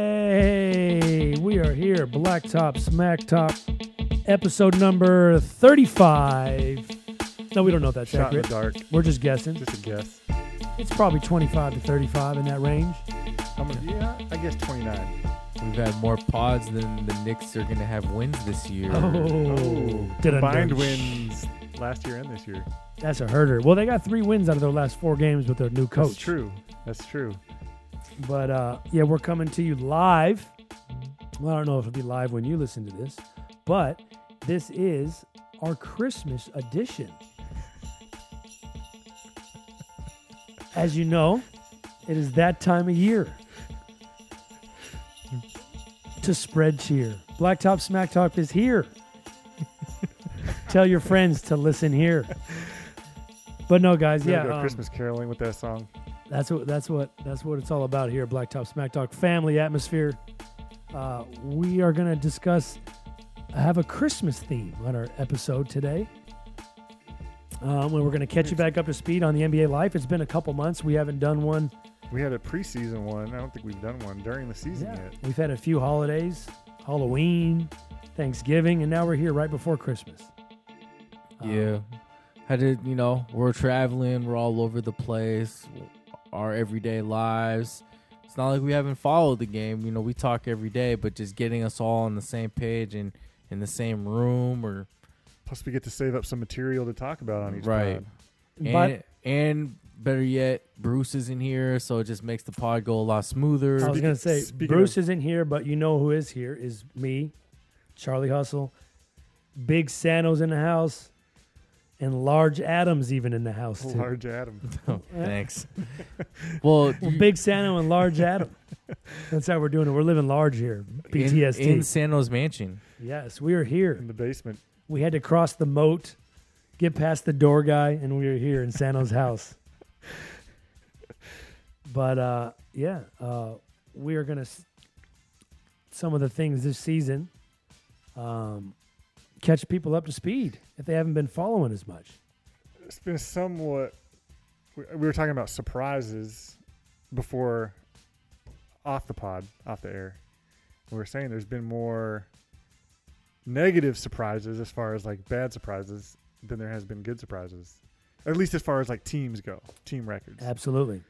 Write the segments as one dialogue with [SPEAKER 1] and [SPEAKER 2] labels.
[SPEAKER 1] Hey, we are here, Blacktop Smack Top, episode number 35. No, we don't know if that's
[SPEAKER 2] Shot in the
[SPEAKER 1] accurate.
[SPEAKER 2] dark.
[SPEAKER 1] We're just guessing.
[SPEAKER 2] Just a guess.
[SPEAKER 1] It's probably 25 to 35 in that range.
[SPEAKER 2] I'm gonna, yeah, I guess 29.
[SPEAKER 3] We've had more pods than the Knicks are going to have wins this year.
[SPEAKER 1] Oh, did I
[SPEAKER 2] Oh, combined
[SPEAKER 1] know?
[SPEAKER 2] wins last year and this year.
[SPEAKER 1] That's a herder. Well, they got three wins out of their last four games with their new coach.
[SPEAKER 2] That's true. That's true.
[SPEAKER 1] But uh, yeah, we're coming to you live. Well, I don't know if it'll be live when you listen to this, but this is our Christmas edition. As you know, it is that time of year to spread cheer. Blacktop Smack Talk is here. Tell your friends to listen here. But no, guys,
[SPEAKER 2] We're
[SPEAKER 1] yeah,
[SPEAKER 2] gonna go
[SPEAKER 1] um,
[SPEAKER 2] Christmas caroling with that song.
[SPEAKER 1] that's what that's what that's what it's all about here, at Blacktop Smack Talk family atmosphere. Uh, we are going to discuss have a Christmas theme on our episode today. Um, and we're going to catch you back up to speed on the NBA life. It's been a couple months. We haven't done one.
[SPEAKER 2] We had a preseason one. I don't think we've done one during the season yet.
[SPEAKER 1] We've had a few holidays, Halloween, Thanksgiving, and now we're here right before Christmas. Um,
[SPEAKER 3] Yeah. How did, you know, we're traveling, we're all over the place, our everyday lives. It's not like we haven't followed the game. You know, we talk every day, but just getting us all on the same page and in the same room or
[SPEAKER 2] Plus, we get to save up some material to talk about on each pod.
[SPEAKER 3] Right.
[SPEAKER 1] but
[SPEAKER 3] and, and better yet, Bruce is in here, so it just makes the pod go a lot
[SPEAKER 1] I
[SPEAKER 3] smoother.
[SPEAKER 1] was
[SPEAKER 2] Speak-
[SPEAKER 1] going to say
[SPEAKER 2] speaking
[SPEAKER 1] Bruce
[SPEAKER 2] of-
[SPEAKER 1] isn't here, but you know who is here is me, Charlie Hustle, Big Sano's in the house, and Large Adams even in the house too.
[SPEAKER 2] Large Adam.
[SPEAKER 3] Oh, thanks. well,
[SPEAKER 1] Well,
[SPEAKER 3] you-
[SPEAKER 1] Big Sano and Large Adam. That's how we're doing it. We're living large here.
[SPEAKER 3] in,
[SPEAKER 1] PTSD.
[SPEAKER 3] in Sano's mansion.
[SPEAKER 1] yes, we are here.
[SPEAKER 2] In the basement.
[SPEAKER 1] We had to cross the moat, get past the door guy, and we are here in Sano's house. But uh, yeah, uh, we are gonna s- some of the things this season um, catch people up to speed if they haven't been following as much.
[SPEAKER 2] It's been somewhat. We we were talking about surprises before off the pod, off the air. We were saying there's been more negative surprises as far as like bad surprises than there has been good surprises. At least as far as like teams go, team records.
[SPEAKER 1] Absolutely,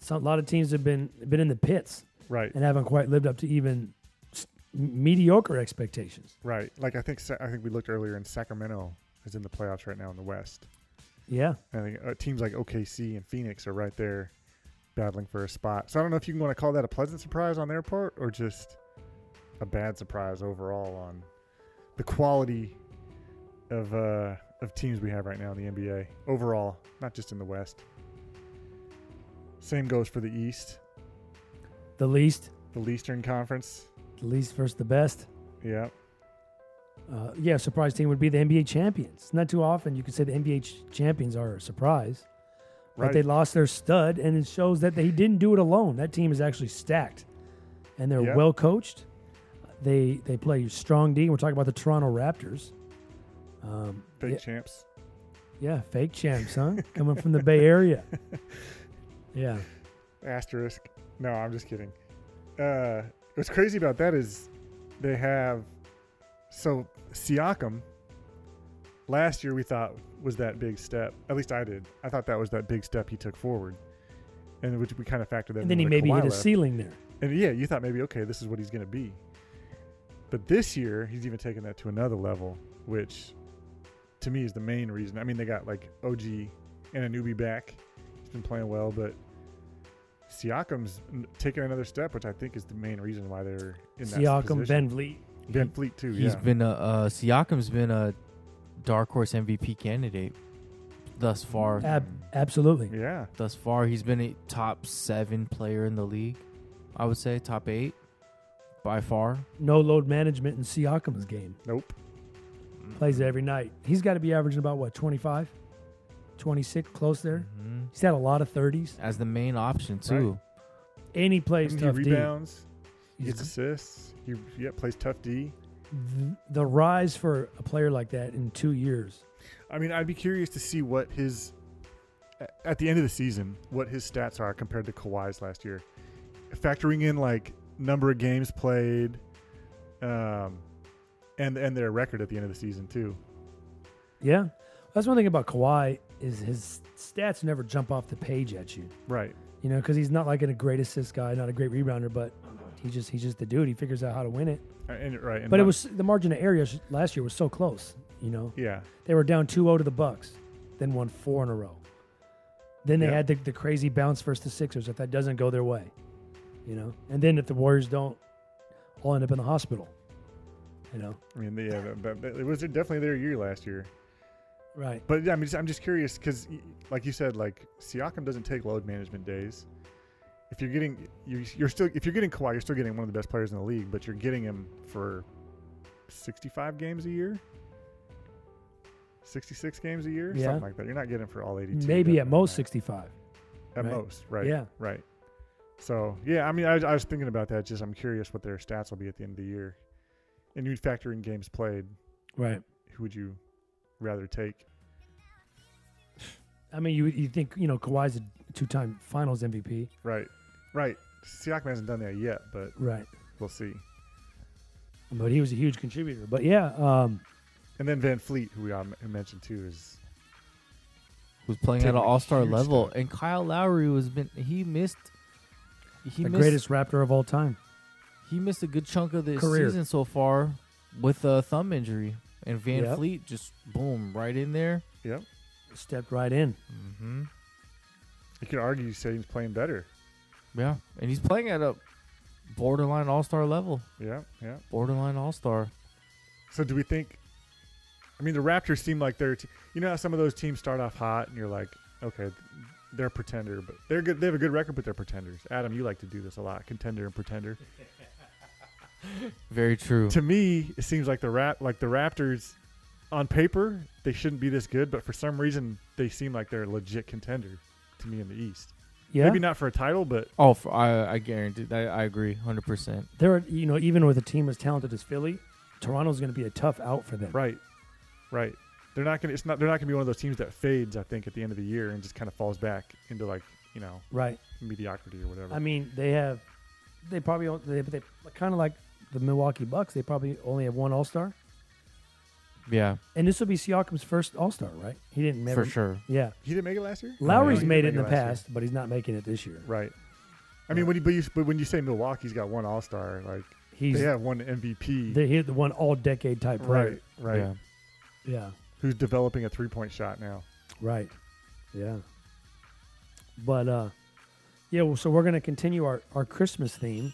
[SPEAKER 1] some, a lot of teams have been been in the pits
[SPEAKER 2] Right,
[SPEAKER 1] and haven't quite lived up to even s- mediocre expectations.
[SPEAKER 2] right. Like I think Sa- I think we looked earlier and Sacramento is in the playoffs right now in the West.
[SPEAKER 1] Yeah,
[SPEAKER 2] I think uh, teams like OKC and Phoenix are right there battling for a spot. So I don't know if you want to call that a pleasant surprise on their part or just a bad surprise overall on the quality of uh, of teams we have right now in the NBA overall, not just in the West. Same goes for the East,
[SPEAKER 1] the least,
[SPEAKER 2] the Eastern Conference.
[SPEAKER 1] the least versus the best.
[SPEAKER 2] Yeah,
[SPEAKER 1] uh, yeah, surprise team would be the NBA champions. Not too often you could say the NBA ch- champions are a surprise,
[SPEAKER 2] right.
[SPEAKER 1] but they lost their stud, and it shows that he didn't do it alone. That team is actually stacked, and they're
[SPEAKER 2] Yeah.
[SPEAKER 1] well coached. They they play strong D. We're talking about the Toronto Raptors. Um,
[SPEAKER 2] Big
[SPEAKER 1] yeah,
[SPEAKER 2] champs.
[SPEAKER 1] yeah, fake champs, huh? Coming from the Bay Area. Yeah,
[SPEAKER 2] asterisk. No, I'm just kidding. Uh, what's crazy about that is they have so Siakam. Last year we thought was that big step. At least I did. I thought that was that big step he took forward, and which we kind of factored that.
[SPEAKER 1] and then he
[SPEAKER 2] in when
[SPEAKER 1] maybe
[SPEAKER 2] Kawhi
[SPEAKER 1] hit a
[SPEAKER 2] left.
[SPEAKER 1] ceiling there.
[SPEAKER 2] And yeah, you thought maybe okay, this is what he's going to be. But this year he's even taken that to another level, which to me is the main reason. I mean, they got like OG and a newbie back. He's been playing well, but Siakam's n- taken another step, which I think is the main reason why they're in that
[SPEAKER 1] Siakam,
[SPEAKER 2] position.
[SPEAKER 1] Van Vliet.
[SPEAKER 2] Van Fleet too.
[SPEAKER 3] He's
[SPEAKER 2] yeah,
[SPEAKER 3] been a uh, Siakam's been a dark horse MVP candidate thus far.
[SPEAKER 1] Ab- absolutely.
[SPEAKER 2] yeah,
[SPEAKER 3] Thus far, he's been a top seven player in the league. I would say top eight by far.
[SPEAKER 1] No load management in Siakam's game.
[SPEAKER 2] nope.
[SPEAKER 1] plays every night. He's got to be averaging about what 25, 26, close there.
[SPEAKER 2] Mm-hmm.
[SPEAKER 3] Mhm.
[SPEAKER 1] He's had a lot of 30s,
[SPEAKER 3] As the main option too.
[SPEAKER 1] and he
[SPEAKER 2] I
[SPEAKER 1] plays
[SPEAKER 2] mean, he
[SPEAKER 1] tough D.
[SPEAKER 2] rebounds, he
[SPEAKER 1] He's-
[SPEAKER 2] gets assists. He yeah plays tough D.
[SPEAKER 1] th- the rise for a player like that in two years.
[SPEAKER 2] I mean, I'd be curious to see what his at the end of the season, what his stats are compared to Kawhi's last year. factoring in like number of games played, um, and and their record at the end of the season too.
[SPEAKER 1] Yeah. That's one thing about Kawhi is his stats never jump off the page at you.
[SPEAKER 2] Right.
[SPEAKER 1] You know, because he's not like a great assist guy, not a great rebounder, but he just he's just the dude. He figures out how to win it.
[SPEAKER 2] Uh, And right. And
[SPEAKER 1] But it
[SPEAKER 2] not-
[SPEAKER 1] was the margin of error sh- last year was so close. You know,
[SPEAKER 2] yeah.
[SPEAKER 1] they were down 2-0 to the Bucks, then won four in a row. Then they
[SPEAKER 2] Yeah.
[SPEAKER 1] had the, the crazy bounce versus the Sixers. If that doesn't go their way, you know, and then if the Warriors don't, I'll end up in the hospital. You know,
[SPEAKER 2] I mean, yeah, that, that, that- it was definitely their year last year.
[SPEAKER 1] right?
[SPEAKER 2] But yeah, I'm just I'm just curious because, like you said, like Siakam doesn't take load management days. If you're getting you're, you're still if you're getting Kawhi, you're still getting one of the best players in the league, but you're getting him for 65 games a year, 66 games a year,
[SPEAKER 1] Yeah.
[SPEAKER 2] something like that. You're not getting him for all 82.
[SPEAKER 1] Maybe at
[SPEAKER 2] definitely
[SPEAKER 1] most
[SPEAKER 2] not.
[SPEAKER 1] sixty-five.
[SPEAKER 2] At
[SPEAKER 1] right?
[SPEAKER 2] most, right?
[SPEAKER 1] Yeah.
[SPEAKER 2] right. So yeah, I mean, I, was- I was thinking about that. Just I'm curious what their stats will be at the end of the year, and you'd factor in games played.
[SPEAKER 1] Right.
[SPEAKER 2] Who would you rather take?
[SPEAKER 1] I mean, you you think you know Kawhi's a two-time Finals MVP,
[SPEAKER 2] Right, right. Siakam hasn't done that yet, but
[SPEAKER 1] right?
[SPEAKER 2] we'll see.
[SPEAKER 1] But he was a huge contributor. But yeah, um,
[SPEAKER 2] And then Van Fleet, who we all m- mentioned too, is
[SPEAKER 3] was playing at
[SPEAKER 2] Taking
[SPEAKER 3] an
[SPEAKER 2] a
[SPEAKER 3] all star
[SPEAKER 2] huge
[SPEAKER 3] level,
[SPEAKER 2] step.
[SPEAKER 3] and Kyle Lowry was been he missed he
[SPEAKER 1] the
[SPEAKER 3] missed
[SPEAKER 1] greatest Raptor of all time.
[SPEAKER 3] he missed a good chunk of the
[SPEAKER 1] Career.
[SPEAKER 3] season so far with a thumb injury, and Van
[SPEAKER 1] Yep.
[SPEAKER 3] Fleet just boom right in there.
[SPEAKER 2] yep.
[SPEAKER 1] Stepped right in.
[SPEAKER 3] Mm-hmm.
[SPEAKER 2] You could argue Satan's playing better.
[SPEAKER 3] Yeah, and he's playing at a borderline all star level,
[SPEAKER 2] Yeah, yeah.
[SPEAKER 3] borderline all star.
[SPEAKER 2] So do we think? I mean, the Raptors seem like they're. T- you know how some of those teams start off hot, and you're like, okay, they're pretender, but they're good. They have a good record, but they're pretenders. Adam, you like to do this a lot, contender and pretender.
[SPEAKER 3] Very true.
[SPEAKER 2] to me, it seems like the rap, like the Raptors, on paper they shouldn't be this good, but for some reason they seem like they're a legit contender to me in the East.
[SPEAKER 1] Yeah,
[SPEAKER 2] Maybe not for a title, but
[SPEAKER 3] Oh, for, I I guarantee that I agree, hundred percent.
[SPEAKER 1] there are you know even with a team as talented as Philly, Toronto's going to be a tough out for them.
[SPEAKER 2] right, right. They're not gonna. It's not. They're not gonna be one of those teams that fades. I think at the end of the year and just kind of falls back into like you know
[SPEAKER 1] Right.
[SPEAKER 2] mediocrity or whatever.
[SPEAKER 1] I mean, they have they probably don't- they, they kind of like the Milwaukee Bucks. They probably only have one All Star,
[SPEAKER 3] Yeah,
[SPEAKER 1] and this will be Siakam's first All Star, right? He didn't never.
[SPEAKER 3] for sure.
[SPEAKER 1] Yeah,
[SPEAKER 2] he didn't make it last year.
[SPEAKER 1] Lowry's
[SPEAKER 2] No, Oh, he
[SPEAKER 1] made it in
[SPEAKER 2] didn't
[SPEAKER 1] the
[SPEAKER 2] make last
[SPEAKER 1] past, but he's not making it this year.
[SPEAKER 2] year. Right. I mean, when you, but, you, but when you say Milwaukee's got one All Star, like
[SPEAKER 1] He's
[SPEAKER 2] they have one MVP,
[SPEAKER 1] they hit the one all decade type player.
[SPEAKER 2] right, right,
[SPEAKER 3] Yeah.
[SPEAKER 1] Yeah.
[SPEAKER 2] who's developing a three point shot now.
[SPEAKER 1] Right. Yeah. But uh yeah, well, so we're going to continue our our Christmas theme.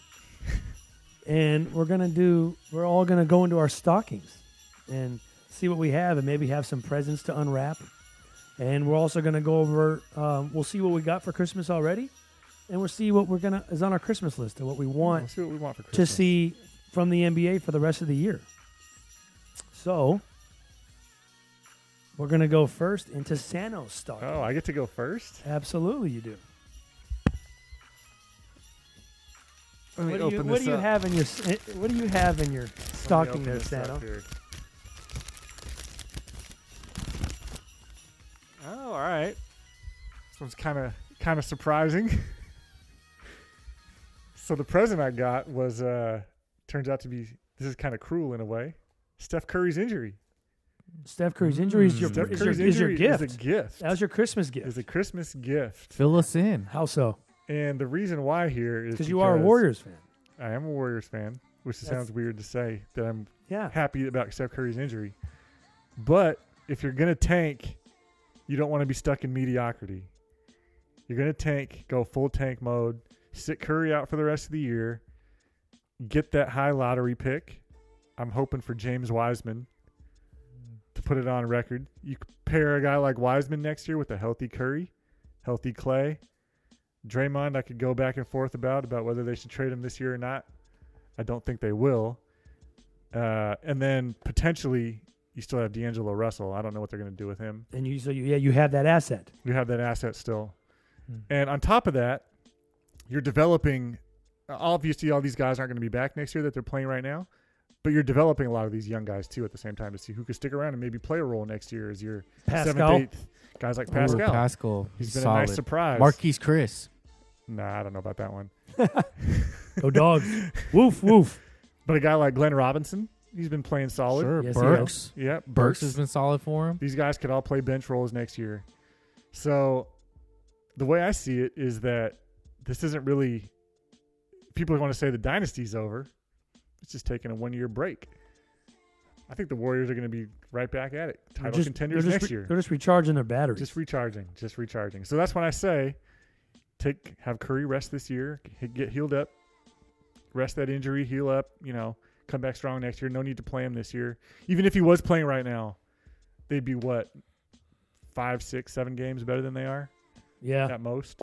[SPEAKER 1] and we're going to do we're all going to go into our stockings and see what we have and maybe have some presents to unwrap. And we're also going to go over um, we'll see what we got for Christmas already and we'll see what we're going to is on our Christmas list and what we want
[SPEAKER 2] We'll see what we want for Christmas.
[SPEAKER 1] to see from the NBA for the rest of the year. So we're gonna go first into Sano's stock.
[SPEAKER 2] Oh, I get to go first.
[SPEAKER 1] Absolutely, you do.
[SPEAKER 2] Let
[SPEAKER 1] what do you, what do you have in your s- eh, What do you have in your stocking there, Sano?
[SPEAKER 2] Oh, all right. This one's kind of kind of surprising. so the present I got was uh turns out to be this is kind of cruel in a way. Steph Curry's injury.
[SPEAKER 1] Steph Curry's injury is your,
[SPEAKER 3] Mm. Steph
[SPEAKER 1] is, your
[SPEAKER 2] Curry's
[SPEAKER 1] is your
[SPEAKER 2] injury
[SPEAKER 1] gift.
[SPEAKER 2] is a gift.
[SPEAKER 1] that was your Christmas
[SPEAKER 2] Is
[SPEAKER 1] gift.
[SPEAKER 2] a Christmas gift.
[SPEAKER 3] Fill us in.
[SPEAKER 1] How so?
[SPEAKER 2] And the reason why here is
[SPEAKER 1] Because you are a Warriors fan.
[SPEAKER 2] I am a Warriors fan, which
[SPEAKER 1] That's-
[SPEAKER 2] sounds weird to say that I'm
[SPEAKER 1] Yeah.
[SPEAKER 2] happy about Steph Curry's injury. But if you're going to tank, you don't want to be stuck in mediocrity. You're going to tank, go full tank mode, sit Curry out for the rest of the year, get that high lottery pick. I'm hoping for James Wiseman to put it on record. You could pair a guy like Wiseman next year with a healthy Curry, healthy Clay. Draymond, I could go back and forth about about whether they should trade him this year or not. I don't think they will. Uh, and then potentially you still have D'Angelo Russell. I don't know what they're going to do with him.
[SPEAKER 1] And you so you, yeah you have that asset.
[SPEAKER 2] You have that asset still.
[SPEAKER 3] Hmm.
[SPEAKER 2] And on top of that, you're developing uh, obviously all these guys aren't going to be back next year that they're playing right now, but you're developing a lot of these young guys too at the same time to see who could stick around and maybe play a role next year as your
[SPEAKER 1] Pascal.
[SPEAKER 2] seventh, eighth guys like
[SPEAKER 3] Ooh,
[SPEAKER 2] Pascal.
[SPEAKER 3] Pascal.
[SPEAKER 2] He's been
[SPEAKER 3] solid.
[SPEAKER 2] a nice surprise.
[SPEAKER 3] Marquise Chris.
[SPEAKER 2] Nah, I don't know about that one.
[SPEAKER 1] Go dogs. woof woof.
[SPEAKER 2] But a guy like Glenn Robinson, he's been playing solid.
[SPEAKER 3] Sure,
[SPEAKER 1] Yes, he
[SPEAKER 3] Burks.
[SPEAKER 2] Yeah,
[SPEAKER 3] Burks has been solid for him.
[SPEAKER 2] These guys could all play bench roles next year. So the way I see it is that this isn't really people are going to say the dynasty's over. It's just taking a one year break. I think the Warriors are going to be right back at it.
[SPEAKER 1] They're
[SPEAKER 2] Title
[SPEAKER 1] just-
[SPEAKER 2] contenders
[SPEAKER 1] they're just
[SPEAKER 2] next
[SPEAKER 1] re-
[SPEAKER 2] year.
[SPEAKER 1] They're just recharging their batteries.
[SPEAKER 2] Just recharging, just recharging. So that's when I say take have Curry rest this year, he- get healed up, rest that injury, heal up, you know, come back strong next year. No need to play him this year. Even if he was playing right now, they'd be what five, six, seven games better than they are
[SPEAKER 1] yeah.
[SPEAKER 2] at most.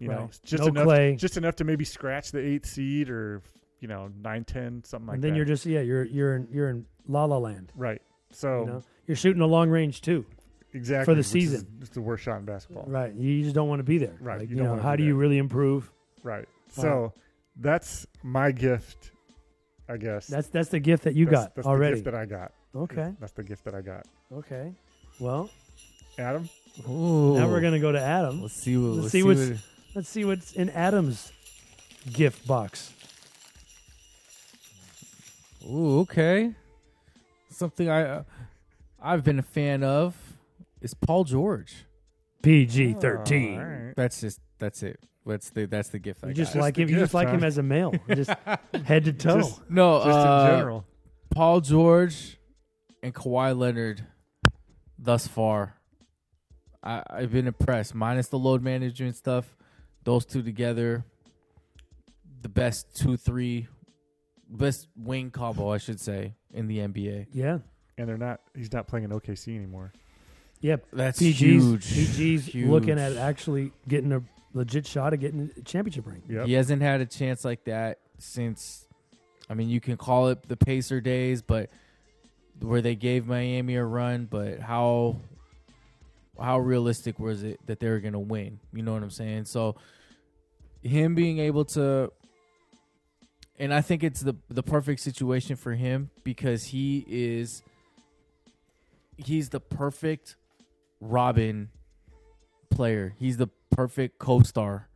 [SPEAKER 2] You know,
[SPEAKER 1] Right.
[SPEAKER 2] just
[SPEAKER 1] No
[SPEAKER 2] enough,
[SPEAKER 1] Clay.
[SPEAKER 2] just enough to maybe scratch the eighth seed or you know nine, ten, something like
[SPEAKER 1] and then
[SPEAKER 2] that.
[SPEAKER 1] you're just yeah, you're you're in you're in La La Land.
[SPEAKER 2] right. So
[SPEAKER 1] You know, you're shooting a long range too,
[SPEAKER 2] exactly
[SPEAKER 1] For the
[SPEAKER 2] which is-
[SPEAKER 1] season.
[SPEAKER 2] it's the worst shot in basketball.
[SPEAKER 1] right? You just don't want to be there,
[SPEAKER 2] Right,
[SPEAKER 1] Like,
[SPEAKER 2] you
[SPEAKER 1] you,
[SPEAKER 2] don't
[SPEAKER 1] know,
[SPEAKER 2] wanna
[SPEAKER 1] how
[SPEAKER 2] be
[SPEAKER 1] do you
[SPEAKER 2] there.
[SPEAKER 1] really improve?
[SPEAKER 2] Right.
[SPEAKER 1] All
[SPEAKER 2] So that's my gift, I guess.
[SPEAKER 1] That's that's the gift that you
[SPEAKER 2] That's-
[SPEAKER 1] got
[SPEAKER 2] that's
[SPEAKER 1] already.
[SPEAKER 2] The gift that I got.
[SPEAKER 1] okay,
[SPEAKER 2] That's the gift that I got.
[SPEAKER 1] okay. Well,
[SPEAKER 2] Adam,
[SPEAKER 3] Ooh.
[SPEAKER 1] now we're gonna go to Adam.
[SPEAKER 3] Let's see what.
[SPEAKER 1] Let's
[SPEAKER 3] Let's
[SPEAKER 1] see
[SPEAKER 3] see
[SPEAKER 1] what's-
[SPEAKER 3] what.
[SPEAKER 1] Let's see what's in Adam's gift box.
[SPEAKER 3] Ooh, okay. Something I uh, I've been a fan of is Paul George.
[SPEAKER 1] PG thirteen.
[SPEAKER 2] All right.
[SPEAKER 3] That's just that's it. That's the that's the gift I
[SPEAKER 1] You just
[SPEAKER 3] got.
[SPEAKER 1] like
[SPEAKER 2] the
[SPEAKER 1] him. You
[SPEAKER 2] gift,
[SPEAKER 1] just like him
[SPEAKER 2] huh?
[SPEAKER 1] as a male, just head to toe.
[SPEAKER 2] Just-
[SPEAKER 3] no,
[SPEAKER 2] Just
[SPEAKER 3] uh,
[SPEAKER 2] in general.
[SPEAKER 3] Paul George and Kawhi Leonard thus far. I, I've been impressed. Minus the load management stuff, those two together, the best two three, best wing combo, I should say, in the NBA.
[SPEAKER 1] yeah,
[SPEAKER 2] And they're not. He's not playing in OKC anymore.
[SPEAKER 1] yeah.
[SPEAKER 3] That's
[SPEAKER 1] PG's
[SPEAKER 3] huge.
[SPEAKER 1] PG's
[SPEAKER 3] Huge.
[SPEAKER 1] looking at actually getting a legit shot at getting a championship ring.
[SPEAKER 2] Yep.
[SPEAKER 3] He hasn't had a chance like that since. I mean, you can call it the Pacer days, but where they gave Miami a run, but how how realistic was it that they were going to win? You know what I'm saying? So him being able to and I think it's the the perfect situation for him because he is he's the perfect Robin player. He's the perfect co-star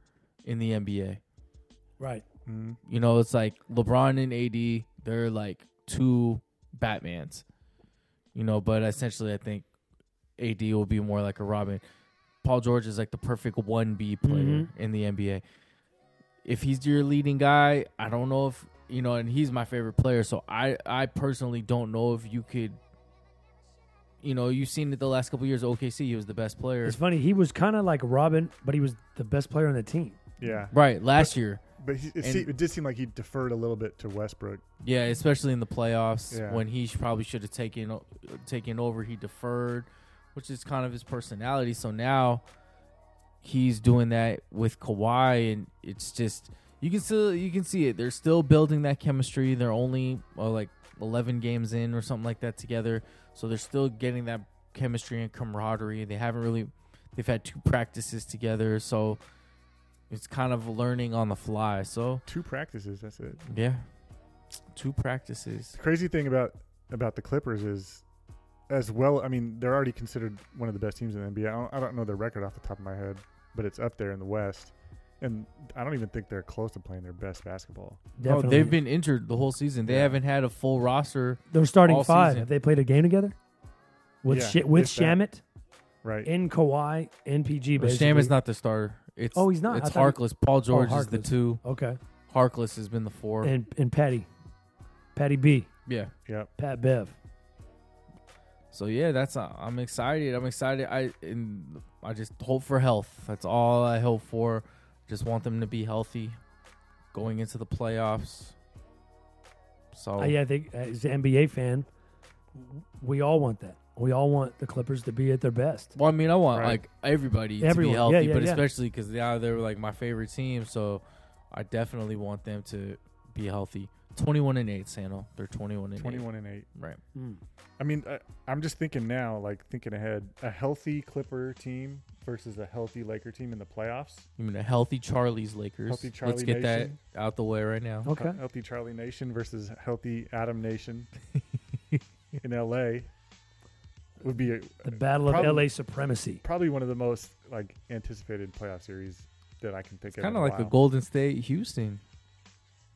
[SPEAKER 3] in the NBA.
[SPEAKER 1] Right.
[SPEAKER 2] Mm.
[SPEAKER 3] You know, it's like LeBron and AD, they're like two Batmans. You know, but essentially I think AD will be more like a Robin. Paul George is like the perfect 1B player
[SPEAKER 1] Mhm.
[SPEAKER 3] in the NBA. If he's your leading guy, I don't know if, you know, and he's my favorite player, so I I personally don't know if you could you know, you've seen it the last couple years OKC, he was the best player.
[SPEAKER 1] It's funny. He was kind of like Robin, but he was the best player on the team.
[SPEAKER 3] Oh,
[SPEAKER 2] Yeah.
[SPEAKER 3] Right, last year.
[SPEAKER 1] Mm-hmm.
[SPEAKER 2] But he, it,
[SPEAKER 3] And-
[SPEAKER 2] se- it did seem like he deferred a little bit to Westbrook.
[SPEAKER 3] Yeah, especially in the playoffs
[SPEAKER 2] Yeah.
[SPEAKER 3] when he sh- probably should have taken o- taken over. He deferred, which is kind of his personality. So now he's doing that with Kawhi, and it's just you can still you can see it. They're still building that chemistry. They're only well, like eleven games in or something like that together, so they're still getting that chemistry and camaraderie. They haven't really they've had two practices together, so it's kind of learning on the fly. So
[SPEAKER 2] Two practices. That's it.
[SPEAKER 3] yeah, two practices.
[SPEAKER 2] The crazy thing about about the Clippers is, as well. I mean, they're already considered one of the best teams in the NBA. I don't, I don't know their record off the top of my head, but it's up there in the West. And I don't even think they're close to playing their best basketball.
[SPEAKER 1] Definitely.
[SPEAKER 3] Oh, they've been injured the whole season. They
[SPEAKER 2] Yeah.
[SPEAKER 3] haven't had a full roster.
[SPEAKER 1] They're starting
[SPEAKER 3] all
[SPEAKER 1] five.
[SPEAKER 3] season.
[SPEAKER 1] Have they played a game together? With
[SPEAKER 2] Yeah,
[SPEAKER 1] Shi- with
[SPEAKER 2] if that.
[SPEAKER 1] Shamit
[SPEAKER 2] Right.
[SPEAKER 1] in Kawhi in PG. Basically.
[SPEAKER 3] Sham is not the starter. It's
[SPEAKER 1] Oh, he's not. I
[SPEAKER 3] It's
[SPEAKER 1] thought Oh,
[SPEAKER 3] Harkless. Paul George is the
[SPEAKER 1] Harkless.
[SPEAKER 3] two.
[SPEAKER 1] okay.
[SPEAKER 3] Harkless has been the four.
[SPEAKER 1] And and Patty, Patty B,
[SPEAKER 3] yeah.
[SPEAKER 2] Yep.
[SPEAKER 1] Pat Bev.
[SPEAKER 3] So yeah, that's uh, I'm excited. I'm excited. I and I just hope for health. That's all I hope for. Just want them to be healthy going into the playoffs. So
[SPEAKER 1] I, I think as an NBA fan, we all want that. We all want the Clippers to be at their best.
[SPEAKER 3] Well, I mean, I want
[SPEAKER 2] Right.
[SPEAKER 3] like everybody
[SPEAKER 1] Everyone.
[SPEAKER 3] to
[SPEAKER 1] Yeah,
[SPEAKER 3] be healthy,
[SPEAKER 1] yeah,
[SPEAKER 3] but
[SPEAKER 1] yeah.
[SPEAKER 3] especially because now they're like my favorite team, so I definitely want them to be healthy. Twenty-one and eight, Sano. They're twenty-one and eight.
[SPEAKER 2] Twenty-one and eight.
[SPEAKER 3] Right.
[SPEAKER 2] I mean, I, I'm just thinking now, like thinking ahead, a healthy Clipper team versus a healthy Laker team in the playoffs.
[SPEAKER 3] You mean a healthy Charlie's Lakers?
[SPEAKER 2] Healthy
[SPEAKER 3] Let's
[SPEAKER 2] Charlie
[SPEAKER 3] get
[SPEAKER 2] Nation.
[SPEAKER 3] that out the way right now.
[SPEAKER 1] Okay.
[SPEAKER 2] He- Healthy Charlie Nation versus healthy Adam Nation in LA would be a,
[SPEAKER 1] The battle of
[SPEAKER 2] Probably-
[SPEAKER 1] LA supremacy.
[SPEAKER 2] probably one of the most like anticipated playoff series that I can think of.
[SPEAKER 3] Kind of
[SPEAKER 2] in
[SPEAKER 3] like the
[SPEAKER 2] while.
[SPEAKER 3] Golden State Houston,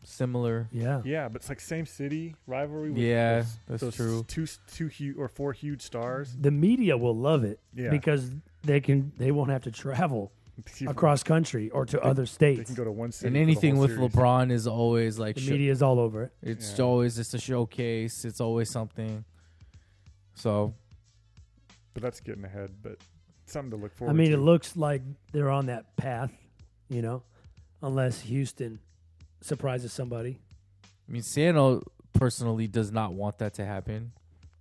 [SPEAKER 3] similar.
[SPEAKER 1] Yeah.
[SPEAKER 2] Yeah, but it's like same city rivalry. With
[SPEAKER 3] Yeah,
[SPEAKER 2] those-
[SPEAKER 3] that's
[SPEAKER 2] those
[SPEAKER 3] true.
[SPEAKER 2] Two s- two huge or four huge stars.
[SPEAKER 1] The media will love it
[SPEAKER 2] Yeah,
[SPEAKER 1] because they can they won't have to travel
[SPEAKER 2] You-
[SPEAKER 1] across country or to
[SPEAKER 2] They-
[SPEAKER 1] other
[SPEAKER 2] They
[SPEAKER 1] states.
[SPEAKER 2] can go to one city.
[SPEAKER 3] And
[SPEAKER 2] for the
[SPEAKER 3] anything
[SPEAKER 2] whole
[SPEAKER 3] with
[SPEAKER 2] series.
[SPEAKER 3] LeBron is always like
[SPEAKER 1] The
[SPEAKER 3] sho-
[SPEAKER 1] media's all over it.
[SPEAKER 3] it's
[SPEAKER 2] Yeah.
[SPEAKER 3] always just a showcase. It's always something. So
[SPEAKER 2] but that's getting ahead. But something to look forward.
[SPEAKER 1] I mean,
[SPEAKER 2] to.
[SPEAKER 1] it looks like they're on that path, you know, unless Houston surprises somebody.
[SPEAKER 3] I mean, Sano personally does not want that to happen.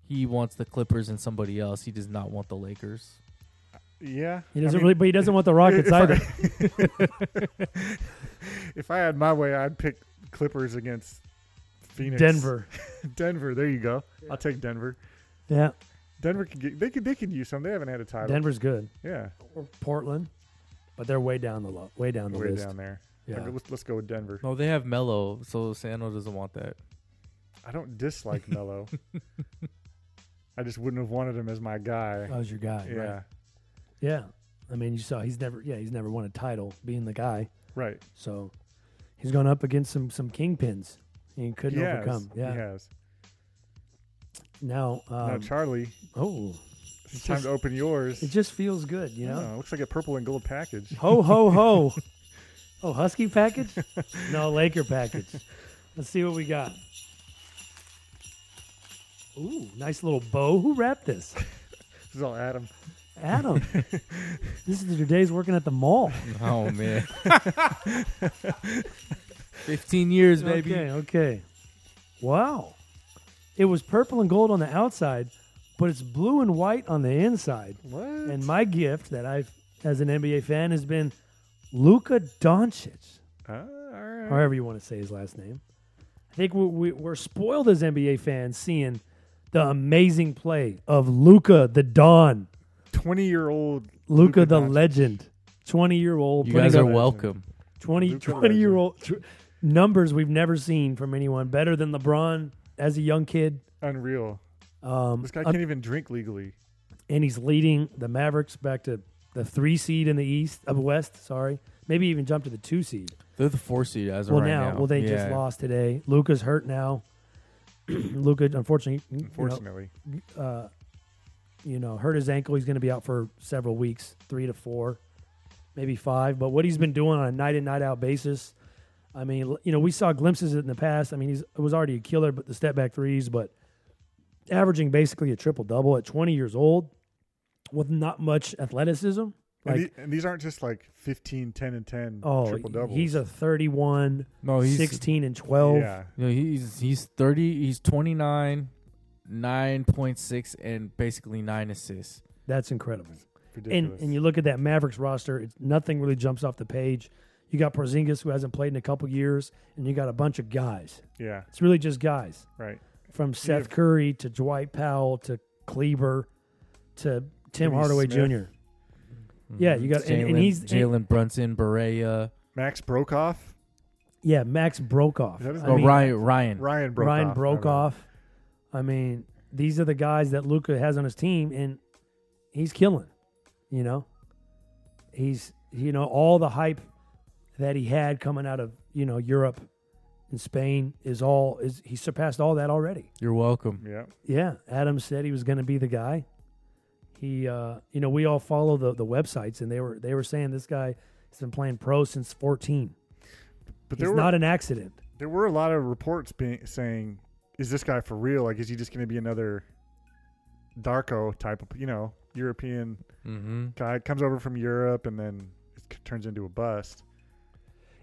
[SPEAKER 3] He wants the Clippers and somebody else. He does not want the Lakers.
[SPEAKER 2] yeah.
[SPEAKER 1] He
[SPEAKER 2] I
[SPEAKER 1] doesn't
[SPEAKER 2] mean,
[SPEAKER 1] really, but he doesn't want the Rockets
[SPEAKER 2] if I-
[SPEAKER 1] either.
[SPEAKER 2] if I had my way, I'd pick Clippers against Phoenix,
[SPEAKER 1] Denver,
[SPEAKER 2] Denver. There you go. I'll take Denver.
[SPEAKER 1] yeah,
[SPEAKER 2] Denver could get. They could. They could use some. They haven't had a title.
[SPEAKER 1] Denver's good.
[SPEAKER 2] Yeah,
[SPEAKER 1] Or Portland, but they're way down the lo- way down the
[SPEAKER 2] way
[SPEAKER 1] list.
[SPEAKER 2] down there.
[SPEAKER 1] Yeah.
[SPEAKER 2] Like, let's, let's go with Denver.
[SPEAKER 3] No, they have Melo, so Sano doesn't want that.
[SPEAKER 2] I don't dislike Melo. I just wouldn't have wanted him as my guy.
[SPEAKER 1] That was your guy.
[SPEAKER 2] yeah,
[SPEAKER 1] Right? Yeah. I mean, you saw he's never, yeah, he's never won a title being the guy.
[SPEAKER 2] right.
[SPEAKER 1] So he's gone up against some some kingpins and he couldn't
[SPEAKER 2] He has.
[SPEAKER 1] overcome. Yeah.
[SPEAKER 2] He has.
[SPEAKER 1] Now,
[SPEAKER 2] now,
[SPEAKER 1] um,
[SPEAKER 2] Charlie,
[SPEAKER 1] oh,
[SPEAKER 2] it's,
[SPEAKER 1] it's
[SPEAKER 2] time
[SPEAKER 1] just-
[SPEAKER 2] to open yours.
[SPEAKER 1] it just feels good, you know.
[SPEAKER 2] Oh, looks like a purple and gold package.
[SPEAKER 1] Ho ho ho. oh, Husky package? No, Laker package. Let's see what we got. Ooh, nice little bow. Who wrapped this?
[SPEAKER 2] This is all Adam.
[SPEAKER 1] Adam. this is your days working at the mall.
[SPEAKER 3] Oh man, fifteen years, baby.
[SPEAKER 1] Okay, okay. Wow. It was purple and gold on the outside, but it's blue and white on the inside.
[SPEAKER 2] What?
[SPEAKER 1] And my gift that I've, as an NBA fan, has been Luka Doncic.
[SPEAKER 2] Ah, all right.
[SPEAKER 1] however you want to say his last name. I think we, we, we're spoiled as NBA fans seeing the amazing play of Luca the Don,
[SPEAKER 2] Twenty-year-old
[SPEAKER 1] Luca the
[SPEAKER 2] Doncic.
[SPEAKER 1] legend, twenty year old.
[SPEAKER 3] You
[SPEAKER 1] putting
[SPEAKER 3] guys are
[SPEAKER 1] up
[SPEAKER 3] welcome.
[SPEAKER 1] 20,
[SPEAKER 2] Luka
[SPEAKER 1] 20 year old tw- numbers we've never seen from anyone. Better than LeBron as a young kid.
[SPEAKER 2] Unreal.
[SPEAKER 1] Um,
[SPEAKER 2] This guy
[SPEAKER 1] un-
[SPEAKER 2] can't even drink legally.
[SPEAKER 1] and he's leading the Mavericks back to the three seed in the East of West. Sorry, maybe even jump to the two seed.
[SPEAKER 3] They're the four seed as of
[SPEAKER 1] Well,
[SPEAKER 3] right
[SPEAKER 1] now,
[SPEAKER 3] now.
[SPEAKER 1] well, they just
[SPEAKER 3] Yeah.
[SPEAKER 1] lost today. Luca's hurt now. Luca, unfortunately, you know,
[SPEAKER 2] Unfortunately,
[SPEAKER 1] uh, you know, hurt his ankle. He's going to be out for several weeks, three to four, maybe five. But what he's been doing on a night in, night out basis, I mean, l- you know, we saw glimpses in the past. I mean, he's was already a killer, but the step back threes, but averaging basically a triple double at 20 years old with not much athleticism. Like,
[SPEAKER 2] and, the- and these aren't just like 15, 10, and 10
[SPEAKER 1] oh,
[SPEAKER 2] triple doubles.
[SPEAKER 1] he's a 31,
[SPEAKER 3] No, Oh, he's
[SPEAKER 1] 16, and 12.
[SPEAKER 2] yeah.
[SPEAKER 3] You know, he's he's thirty. He's twenty nine, nine point six, and basically nine assists.
[SPEAKER 1] That's incredible.
[SPEAKER 2] Ridiculous.
[SPEAKER 1] and and you look at that Mavericks roster, it's, nothing really jumps off the page. You got Porzingis who hasn't played in a couple years, and you got a bunch of guys.
[SPEAKER 2] yeah,
[SPEAKER 1] It's really just guys
[SPEAKER 2] right.
[SPEAKER 1] from
[SPEAKER 2] have-
[SPEAKER 1] Seth Curry to Dwight Powell to Kleber to Tim
[SPEAKER 2] Maybe
[SPEAKER 1] Hardaway
[SPEAKER 2] Smith.
[SPEAKER 1] Jr. Yeah, you got- and- and
[SPEAKER 3] Mm-hmm. Jalen-
[SPEAKER 1] he's-
[SPEAKER 3] Jalen Brunson, Barea,
[SPEAKER 2] Max Brokoff,
[SPEAKER 1] Yeah, Max Brokoff.
[SPEAKER 2] Is that his
[SPEAKER 1] I
[SPEAKER 2] name?
[SPEAKER 3] oh,
[SPEAKER 1] mean,
[SPEAKER 3] Ryan, Ryan.
[SPEAKER 2] Ryan Brokoff,
[SPEAKER 1] Ryan
[SPEAKER 2] I don't know.
[SPEAKER 1] Brokoff. I mean, these are the guys that Luca has on his team, and he's killing. You know, he's you know all the hype that he had coming out of you know Europe and Spain is all is he surpassed all that already.
[SPEAKER 3] You're welcome.
[SPEAKER 2] Yeah,
[SPEAKER 1] Yeah, Adam said he was going to be the guy. He, uh, you know, we all follow the the websites, and they were they were saying this guy has been playing pro since fourteen.
[SPEAKER 2] but
[SPEAKER 1] He's
[SPEAKER 2] there were
[SPEAKER 1] not an accident.
[SPEAKER 2] there were a lot of reports being saying, "Is this guy for real? Like, is he just going to be another Darko type of you know European
[SPEAKER 3] Mm-hmm.
[SPEAKER 2] guy comes over from Europe and then it c- turns into a bust?"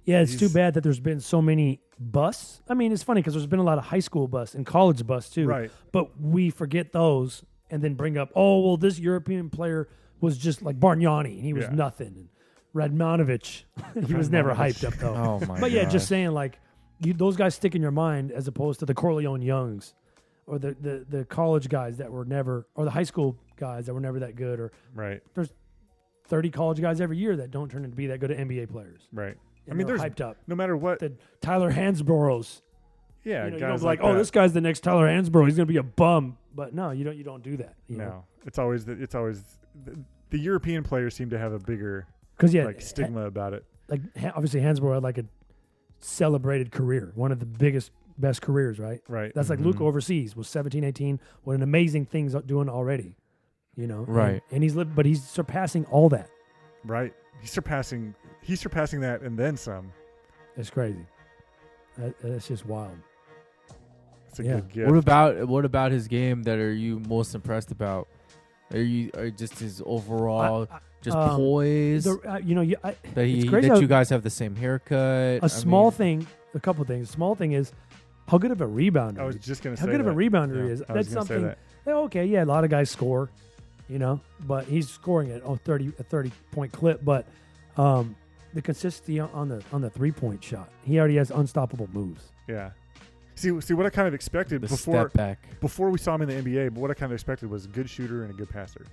[SPEAKER 1] Yeah, it's too
[SPEAKER 2] He's-
[SPEAKER 1] bad that there's been so many busts. I mean, it's funny because there's been a lot of high school busts and college busts too.
[SPEAKER 2] Right.
[SPEAKER 1] But we forget those and then bring up, oh well, this European player was just like Bargnani and he was
[SPEAKER 2] Yeah.
[SPEAKER 1] nothing. And Radmanovich, he was never
[SPEAKER 2] Radmanovich.
[SPEAKER 1] hyped up though.
[SPEAKER 3] Oh my.
[SPEAKER 1] but yeah, just
[SPEAKER 3] gosh.
[SPEAKER 1] saying like you, those guys stick in your mind as opposed to the Corleone Youngs or the, the the college guys that were never or the high school guys that were never that good or
[SPEAKER 2] Right.
[SPEAKER 1] thirty college guys every year that don't turn into be that good at NBA players.
[SPEAKER 2] Right.
[SPEAKER 1] And
[SPEAKER 2] I mean,
[SPEAKER 1] they're
[SPEAKER 2] there's
[SPEAKER 1] hyped up.
[SPEAKER 2] no matter what.
[SPEAKER 1] The Tyler Hansboroughs
[SPEAKER 2] yeah,
[SPEAKER 1] you know, you
[SPEAKER 2] Uh, guys
[SPEAKER 1] don't be like, oh,
[SPEAKER 2] that.
[SPEAKER 1] this guy's the next Tyler Ansborough. He's gonna be a bum. But no, you don't. You don't do that. You
[SPEAKER 2] no, it's always the, it's always the, the European players seem to have a bigger
[SPEAKER 1] because yeah,
[SPEAKER 2] like stigma about it.
[SPEAKER 1] like ha- obviously Hansborough had like a celebrated career, one of the biggest, best careers, right?
[SPEAKER 2] Right.
[SPEAKER 1] That's like Luke overseas was 17, 18. What an amazing thing's doing already, you know?
[SPEAKER 3] Right.
[SPEAKER 1] And, and he's lived, but he's surpassing all that.
[SPEAKER 2] Right. He's surpassing. He's surpassing that, and then some.
[SPEAKER 1] It's crazy. That, uh, that's just wild.
[SPEAKER 2] It's a
[SPEAKER 1] Yeah.
[SPEAKER 2] good gift.
[SPEAKER 3] What about what about his game that are you most impressed about? Are you are just his overall
[SPEAKER 1] I- I-
[SPEAKER 3] just
[SPEAKER 1] um,
[SPEAKER 3] poise
[SPEAKER 1] The- uh, you know, you, I,
[SPEAKER 3] that he
[SPEAKER 1] it's crazy
[SPEAKER 3] that
[SPEAKER 1] how-
[SPEAKER 3] you guys have the same haircut?
[SPEAKER 1] a
[SPEAKER 3] I
[SPEAKER 1] small thing,
[SPEAKER 3] mean,
[SPEAKER 1] a couple things. A small thing is how good of a rebounder.
[SPEAKER 2] I was
[SPEAKER 1] he-
[SPEAKER 2] just gonna say
[SPEAKER 1] how good of a
[SPEAKER 2] that.
[SPEAKER 1] rebounder he
[SPEAKER 3] Yeah,
[SPEAKER 1] is.
[SPEAKER 2] I was
[SPEAKER 1] That's
[SPEAKER 2] gonna say
[SPEAKER 1] something.
[SPEAKER 2] that.
[SPEAKER 1] yeah, okay, yeah, a lot of guys score, you know, but he's scoring at oh, 30 a 30 point clip, but um the consistency on- on the on the three point shot. He already has unstoppable moves.
[SPEAKER 2] Yeah. See, see what I kind of expected
[SPEAKER 3] the
[SPEAKER 2] before
[SPEAKER 3] step back.
[SPEAKER 2] before we saw him in the NBA, but what I kind of expected was a good shooter and a good passer.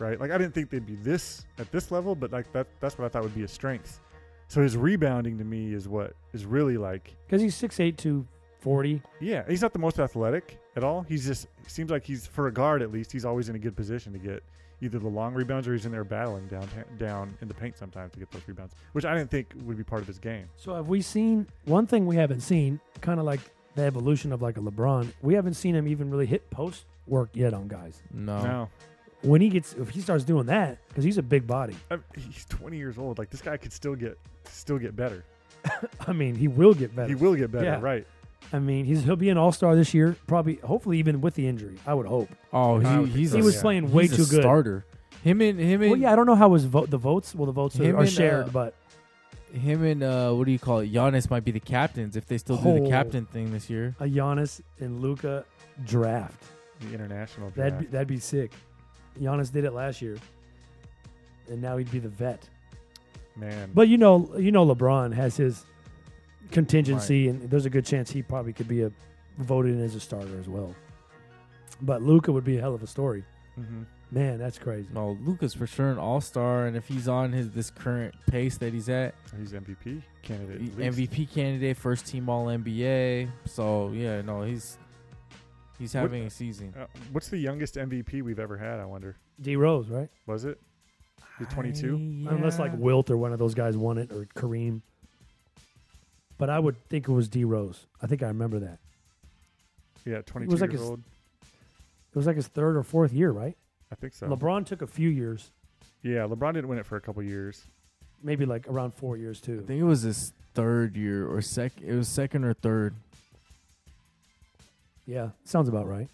[SPEAKER 2] Right? Like I didn't think they'd be this at this level, but like that that's what I thought would be his strength. So his rebounding to me is what is really like
[SPEAKER 1] Cuz he's 6'8 240.
[SPEAKER 2] yeah, he's not the most athletic at all. He's just seems like he's for a guard at least, he's always in a good position to get either the long rebounds or he's in there battling down down in the paint sometimes to get those rebounds, which I didn't think would be part of his game.
[SPEAKER 1] So have we seen one thing we haven't seen, kind of like the evolution of like a LeBron. We haven't seen him even really hit post work yet on guys.
[SPEAKER 3] No.
[SPEAKER 2] No.
[SPEAKER 1] When he gets if he starts doing that cuz he's a big body.
[SPEAKER 2] I he's 20 years old. Like this guy could still get still get better.
[SPEAKER 1] I mean, he will get better.
[SPEAKER 2] He will get better,
[SPEAKER 1] Yeah.
[SPEAKER 2] right?
[SPEAKER 1] I mean, he's he'll be an all-star this year, probably hopefully even with the injury. I would hope.
[SPEAKER 2] I
[SPEAKER 3] Oh, he,
[SPEAKER 2] would think
[SPEAKER 3] he's
[SPEAKER 2] so,
[SPEAKER 1] he
[SPEAKER 3] a,
[SPEAKER 1] was
[SPEAKER 2] yeah.
[SPEAKER 1] playing way
[SPEAKER 3] he's
[SPEAKER 1] too
[SPEAKER 3] a
[SPEAKER 1] good.
[SPEAKER 3] starter. Him and him and
[SPEAKER 1] Well, yeah, I don't know how his vote, the votes. Well, the votes
[SPEAKER 3] Him
[SPEAKER 1] are, are
[SPEAKER 3] and,
[SPEAKER 1] shared,
[SPEAKER 3] uh,
[SPEAKER 1] but
[SPEAKER 3] him and uh, what do you call it? Giannis might be the captains if they still do
[SPEAKER 1] Oh.
[SPEAKER 3] the captain thing this year.
[SPEAKER 1] a Giannis and Luca draft
[SPEAKER 2] The international draft.
[SPEAKER 1] that'd be, that'd be sick. Giannis did it last year, and now he'd be the vet.
[SPEAKER 3] Mm-hmm.
[SPEAKER 2] Man,
[SPEAKER 1] But you know, you know, LeBron has his contingency, and there's a good chance he probably could be a voted in as a starter as well. But Luca would be a hell of a story,
[SPEAKER 2] Mhm.
[SPEAKER 1] man. That's crazy.
[SPEAKER 3] No, Luca's for sure an all star, and if he's on his this current pace that he's at,
[SPEAKER 2] he's MVP candidate.
[SPEAKER 1] E,
[SPEAKER 2] at least.
[SPEAKER 3] MVP candidate, first team All NBA. So yeah, no, he's he's
[SPEAKER 2] What-
[SPEAKER 3] having a season.
[SPEAKER 2] Uh, what's the youngest MVP we've ever had? I wonder.
[SPEAKER 1] D Rose, right?
[SPEAKER 2] Was it? He's 22.
[SPEAKER 1] Unless like Wilt or one of those guys won it or Kareem. But I would think it was D Rose. I think I remember that.
[SPEAKER 2] Yeah, 22
[SPEAKER 1] like
[SPEAKER 2] years
[SPEAKER 1] his-
[SPEAKER 2] old.
[SPEAKER 1] It was like his third or fourth year, right?
[SPEAKER 2] I think so.
[SPEAKER 1] LeBron took a few years,
[SPEAKER 2] yeah, LeBron didn't win it for a couple years.
[SPEAKER 1] maybe like around four years
[SPEAKER 3] I
[SPEAKER 1] too.
[SPEAKER 3] think it was his third year or sec. It was second or third.
[SPEAKER 1] Yeah, sounds about right.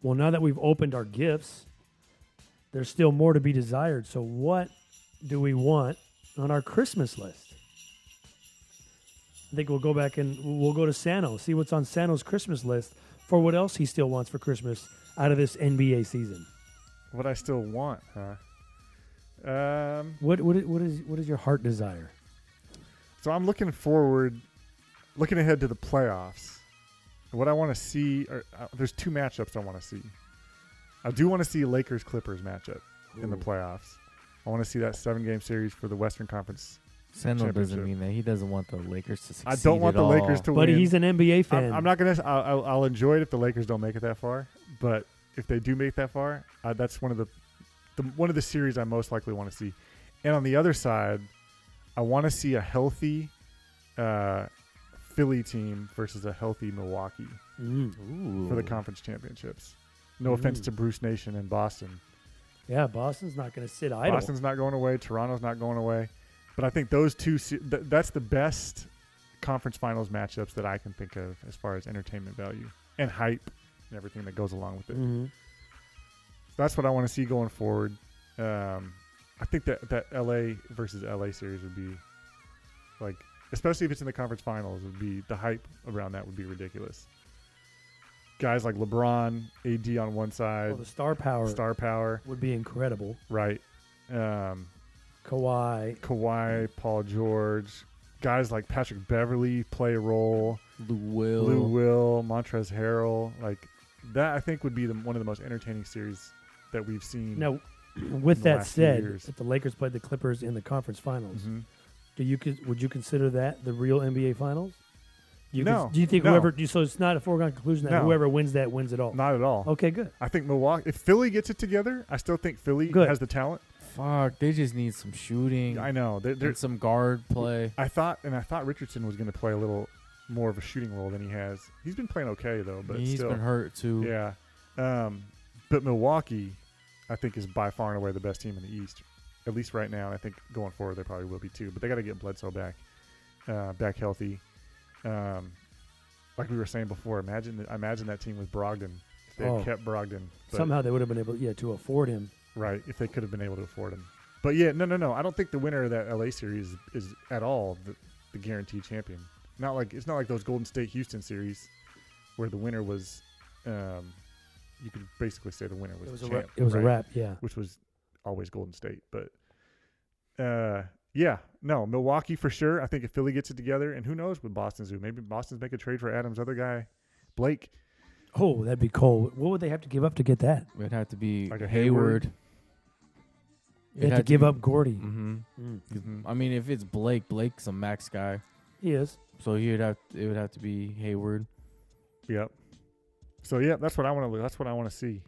[SPEAKER 1] Well, now that we've opened our gifts, there's still more to be desired. So, what do we want on our Christmas list? I think we'll go back and we'll go to Sano, see what's on Sano's Christmas list for what else he still wants for Christmas out of this NBA season.
[SPEAKER 2] What I still want, huh? Um,
[SPEAKER 1] What what is, what is what is your heart desire?
[SPEAKER 2] So I'm looking forward, looking ahead to the playoffs. What I want to see, are, uh, there's two matchups I want to see. I do want to see Lakers Clippers matchup in the
[SPEAKER 1] Ooh.
[SPEAKER 2] playoffs. I want to see that seven game series for the Western Conference.
[SPEAKER 3] Sandal doesn't
[SPEAKER 2] Championship.
[SPEAKER 3] mean that he doesn't want the Lakers to succeed.
[SPEAKER 2] I don't want
[SPEAKER 3] at
[SPEAKER 2] the Lakers
[SPEAKER 3] all.
[SPEAKER 2] to
[SPEAKER 1] But
[SPEAKER 2] win.
[SPEAKER 1] he's an NBA fan.
[SPEAKER 2] I'm, I'm not gonna. I'll, I'll- I'll enjoy it if the Lakers don't make it that far. But if they do make that far, uh, that's one of the, the one of the series I most likely want to see. And on the other side, I want to see a healthy uh, Philly team versus a healthy Milwaukee
[SPEAKER 1] Mm.
[SPEAKER 3] Ooh.
[SPEAKER 2] for the conference championships. No offense
[SPEAKER 1] Mm.
[SPEAKER 2] to Bruce Nation and Boston.
[SPEAKER 1] Yeah, Boston's not going to sit idle.
[SPEAKER 2] Boston's not going away. Toronto's not going away. But I think those two. se- Th- that's the best conference finals matchups that I can think of as far as entertainment value and hype and everything that goes along with it.
[SPEAKER 1] Mhm.
[SPEAKER 2] So that's what I want to see going forward. Um, I think that that LA versus LA series would be like, especially if it's in the conference finals, would be the hype around that would be ridiculous. Guys like LeBron, AD on one side,
[SPEAKER 1] Well, Oh, the star power
[SPEAKER 2] star power,
[SPEAKER 1] would be incredible.
[SPEAKER 2] right? Um,
[SPEAKER 1] Kawhi,
[SPEAKER 2] Kawhi, Paul George, guys like Patrick Beverly play a role.
[SPEAKER 3] Lou Will.
[SPEAKER 2] Lou Will, Montrez Harrell, like that. I think would be the, one of the most entertaining series that we've seen.
[SPEAKER 1] Now,
[SPEAKER 2] In
[SPEAKER 1] with
[SPEAKER 2] the
[SPEAKER 1] that
[SPEAKER 2] last few
[SPEAKER 1] said,
[SPEAKER 2] years.
[SPEAKER 1] if the Lakers played the Clippers in the conference finals,
[SPEAKER 2] Mhm.
[SPEAKER 1] do you con- would you consider that the real NBA finals? You cons-
[SPEAKER 2] No,
[SPEAKER 1] do you think
[SPEAKER 2] no.
[SPEAKER 1] whoever? do you- So it's not a foregone conclusion that
[SPEAKER 2] No.
[SPEAKER 1] whoever wins that wins it all.
[SPEAKER 2] Not at all.
[SPEAKER 1] Okay, good.
[SPEAKER 2] I think Milwaukee. If Philly gets it together, I still think Philly
[SPEAKER 1] Good.
[SPEAKER 2] has the talent.
[SPEAKER 3] Fuck, they just need some shooting.
[SPEAKER 2] I know. There, there,
[SPEAKER 3] and some guard play.
[SPEAKER 2] I thought, and I thought Richardson was going to play a little more of a shooting role than he has. He's been playing okay though, but
[SPEAKER 3] He's
[SPEAKER 2] still,
[SPEAKER 3] been hurt too.
[SPEAKER 2] yeah. Um, but Milwaukee, I think, is by far and away the best team in the East, at least right now. And I think going forward they probably will be too. But they got to get Bledsoe back, uh, back healthy. Um, like we were saying before, imagine imagine that team with Brogdon. If they had
[SPEAKER 1] Oh.
[SPEAKER 2] kept Brogdon but-
[SPEAKER 1] Somehow they would have been able, yeah, to afford him.
[SPEAKER 2] Right, if they could have been able to afford him. But yeah, no, no, no. I don't think the winner of that LA series is, is at all the, the guaranteed champion. Not like it's not like those Golden State Houston series where the winner was, um, you could basically say the winner was,
[SPEAKER 1] It was
[SPEAKER 2] the
[SPEAKER 1] a
[SPEAKER 2] champ,
[SPEAKER 1] wrap. It was a
[SPEAKER 2] right?
[SPEAKER 1] wrap. Yeah.
[SPEAKER 2] which was always Golden State. But uh, yeah, no, Milwaukee for sure. I think if Philly gets it together, and who knows with Boston's who maybe Boston's make a trade for Adams' other guy, Blake.
[SPEAKER 1] Oh, that'd be cool. What would they have to give up to get that?
[SPEAKER 3] It'd have to be
[SPEAKER 2] Like a Hayward.
[SPEAKER 3] Hayward.
[SPEAKER 1] They have to give up Gordy.
[SPEAKER 3] Mm-hmm.
[SPEAKER 1] Mm.
[SPEAKER 3] I mean, if it's Blake, Blake's a max guy,
[SPEAKER 1] He is.
[SPEAKER 3] so he'd have it would have to be Hayward.
[SPEAKER 2] Yep. So yeah, that's what I want to. That's what I want to see.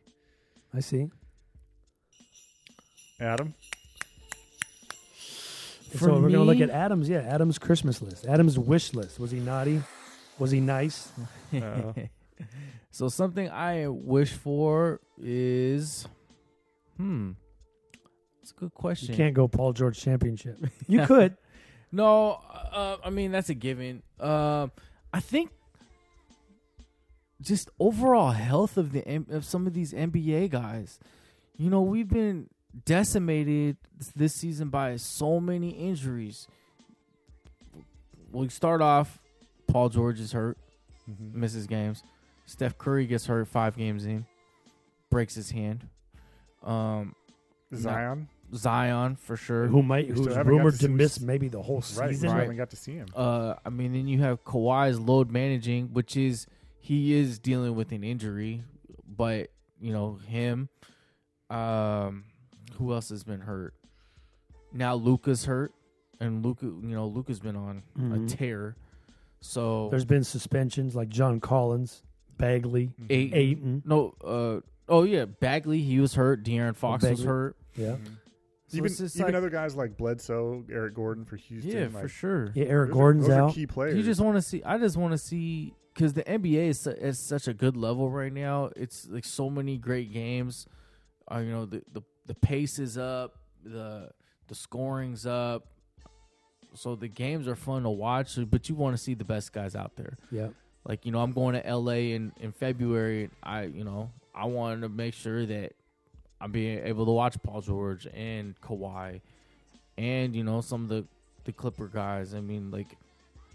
[SPEAKER 1] I see.
[SPEAKER 2] Adam.
[SPEAKER 1] And so we're gonna look at Adam's. Yeah, Adam's Christmas list. Adam's wish list. Was he naughty? Was he nice? Uh-huh.
[SPEAKER 2] Uh-oh.
[SPEAKER 3] so something I wish for is, hmm, that's a good question.
[SPEAKER 1] You can't go Paul George championship. You could.
[SPEAKER 3] No, uh, I mean that's a given. Um, I think just overall health of the M- of some of these NBA guys. You know, we've been decimated this season by so many injuries. We start off. Paul George is hurt,
[SPEAKER 2] Mhm.
[SPEAKER 3] misses games. Steph Curry gets hurt five games in, breaks his hand. Um,
[SPEAKER 2] Zion.
[SPEAKER 3] Zion for sure.
[SPEAKER 1] Who might?
[SPEAKER 2] We still
[SPEAKER 1] Who's
[SPEAKER 2] haven't got
[SPEAKER 1] rumored
[SPEAKER 2] to
[SPEAKER 1] to
[SPEAKER 2] see-
[SPEAKER 1] miss maybe the whole
[SPEAKER 2] Right,
[SPEAKER 1] season?
[SPEAKER 2] we
[SPEAKER 3] Right.
[SPEAKER 2] haven't got to see him.
[SPEAKER 3] Uh, I mean, then you have Kawhi's load managing, which is he is dealing with an injury, but you know him. Um, who else has been hurt? Now Luca's hurt, and Luca, you know, Luca's been on
[SPEAKER 1] Mhm.
[SPEAKER 3] a tear. So
[SPEAKER 1] There's been suspensions like John Collins, Bagley,
[SPEAKER 3] eight,
[SPEAKER 1] Aiton.
[SPEAKER 3] no, uh, oh yeah, Bagley, he was hurt. De'Aaron Fox was
[SPEAKER 1] Bagley.
[SPEAKER 3] hurt.
[SPEAKER 1] Yeah.
[SPEAKER 3] So
[SPEAKER 2] Mm-hmm. even
[SPEAKER 3] it's just
[SPEAKER 2] even
[SPEAKER 3] like-
[SPEAKER 2] other guys like Bledsoe, Eric Gordon for Houston.
[SPEAKER 3] yeah,
[SPEAKER 2] like,
[SPEAKER 3] for sure.
[SPEAKER 1] Yeah,
[SPEAKER 2] those
[SPEAKER 1] Eric
[SPEAKER 2] are-
[SPEAKER 1] Gordon's
[SPEAKER 2] those are
[SPEAKER 1] out.
[SPEAKER 2] key players.
[SPEAKER 3] You just want to see. I just want to see because the NBA is, su- is such a good level right now. It's like so many great games. Uh, you know the, the the pace is up. The the scoring's up. So the games are fun to watch, but you want to see the best guys out there.
[SPEAKER 1] Yeah.
[SPEAKER 3] Like you know, I'm going to LA in in February. And I you know I wanted to make sure that I'm being able to watch Paul George and Kawhi, and you know some of the the Clipper guys. I mean like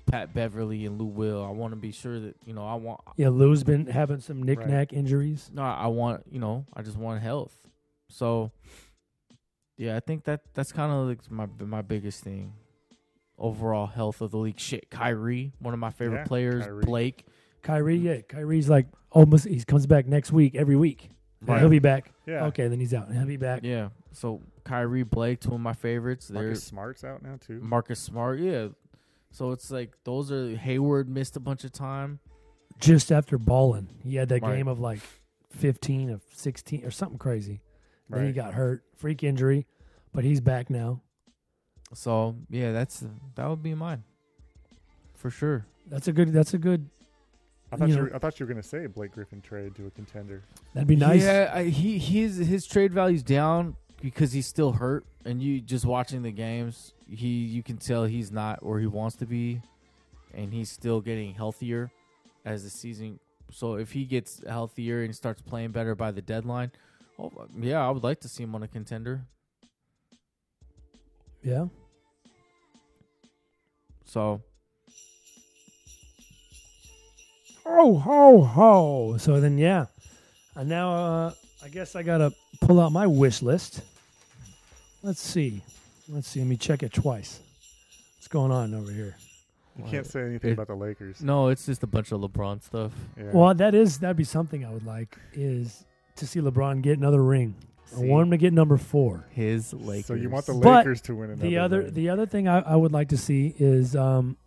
[SPEAKER 3] Pat Beverly and Lou Will. I want to be sure that you know I want
[SPEAKER 1] Yeah. Lou's been having some knick-knack injuries.
[SPEAKER 3] no I want you know I just want health. So yeah, I think that that's kind of like my my biggest thing. Overall health of the league. Shit, Kyrie, one of my favorite
[SPEAKER 2] Yeah,
[SPEAKER 3] players.
[SPEAKER 2] Kyrie.
[SPEAKER 3] Blake.
[SPEAKER 1] Kyrie. Yeah. Kyrie's like almost. He comes back next week. Every week.
[SPEAKER 2] Right.
[SPEAKER 1] He'll be back.
[SPEAKER 2] yeah,
[SPEAKER 1] Okay. Then he's out. He'll be back.
[SPEAKER 3] Yeah. So Kyrie Blake, two of my favorites.
[SPEAKER 2] Marcus
[SPEAKER 3] There's
[SPEAKER 2] Smart's out now too.
[SPEAKER 3] Marcus Smart. Yeah. So it's like those are Hayward missed a bunch of time.
[SPEAKER 1] Just after balling, he had that
[SPEAKER 3] Right.
[SPEAKER 1] game of like fifteen of sixteen or something crazy. Then he
[SPEAKER 2] Right.
[SPEAKER 1] got hurt, freak injury, but he's back now.
[SPEAKER 3] So yeah, that's that would be mine. For sure.
[SPEAKER 1] That's a good. That's a good.
[SPEAKER 2] I thought
[SPEAKER 1] you
[SPEAKER 2] you,
[SPEAKER 1] know.
[SPEAKER 2] were, I thought you were going to say Blake Griffin trade to a contender.
[SPEAKER 1] That'd be nice.
[SPEAKER 3] Yeah, I, he his his trade value's down because he's still hurt, and you just watching the games, he you can tell he's not where he wants to be, and he's still getting healthier as the season. So if he gets healthier and starts playing better by the deadline, oh yeah, I would like to see him on a contender.
[SPEAKER 1] Yeah.
[SPEAKER 3] So
[SPEAKER 1] Oh ho ho. So then yeah. And now uh, I guess I gotta pull out my wish list. Let's see. Let's see. Let me check it twice. What's going on over here?
[SPEAKER 2] You
[SPEAKER 3] Well,
[SPEAKER 2] can't say anything
[SPEAKER 3] it-
[SPEAKER 2] about the Lakers.
[SPEAKER 3] no, it's just a bunch of LeBron stuff.
[SPEAKER 2] Yeah.
[SPEAKER 1] Well, that is that'd be something I would like is to see LeBron get another ring. I
[SPEAKER 3] See?
[SPEAKER 1] want him to get number four.
[SPEAKER 3] His Lakers.
[SPEAKER 2] so you want the
[SPEAKER 1] But
[SPEAKER 2] Lakers to win another?
[SPEAKER 1] the other
[SPEAKER 2] ring.
[SPEAKER 1] the other thing I, I would like to see is um,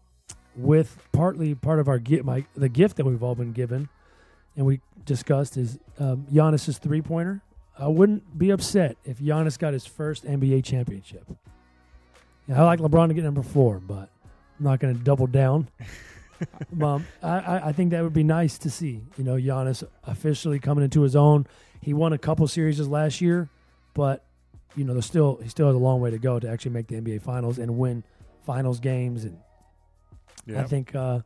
[SPEAKER 1] with partly part of our gift my the gift that we've all been given and we discussed is um, Giannis's three pointer. I wouldn't be upset if Giannis got his first NBA championship. Yeah, I like LeBron to get number four, but I'm not going to double down. um, I- I, I think that would be nice to see. You know, Giannis officially coming into his own. He won a couple series last year, but you know, there's still he still has a long way to go to actually make the NBA Finals and win Finals games and
[SPEAKER 2] Yeah.
[SPEAKER 1] I think uh,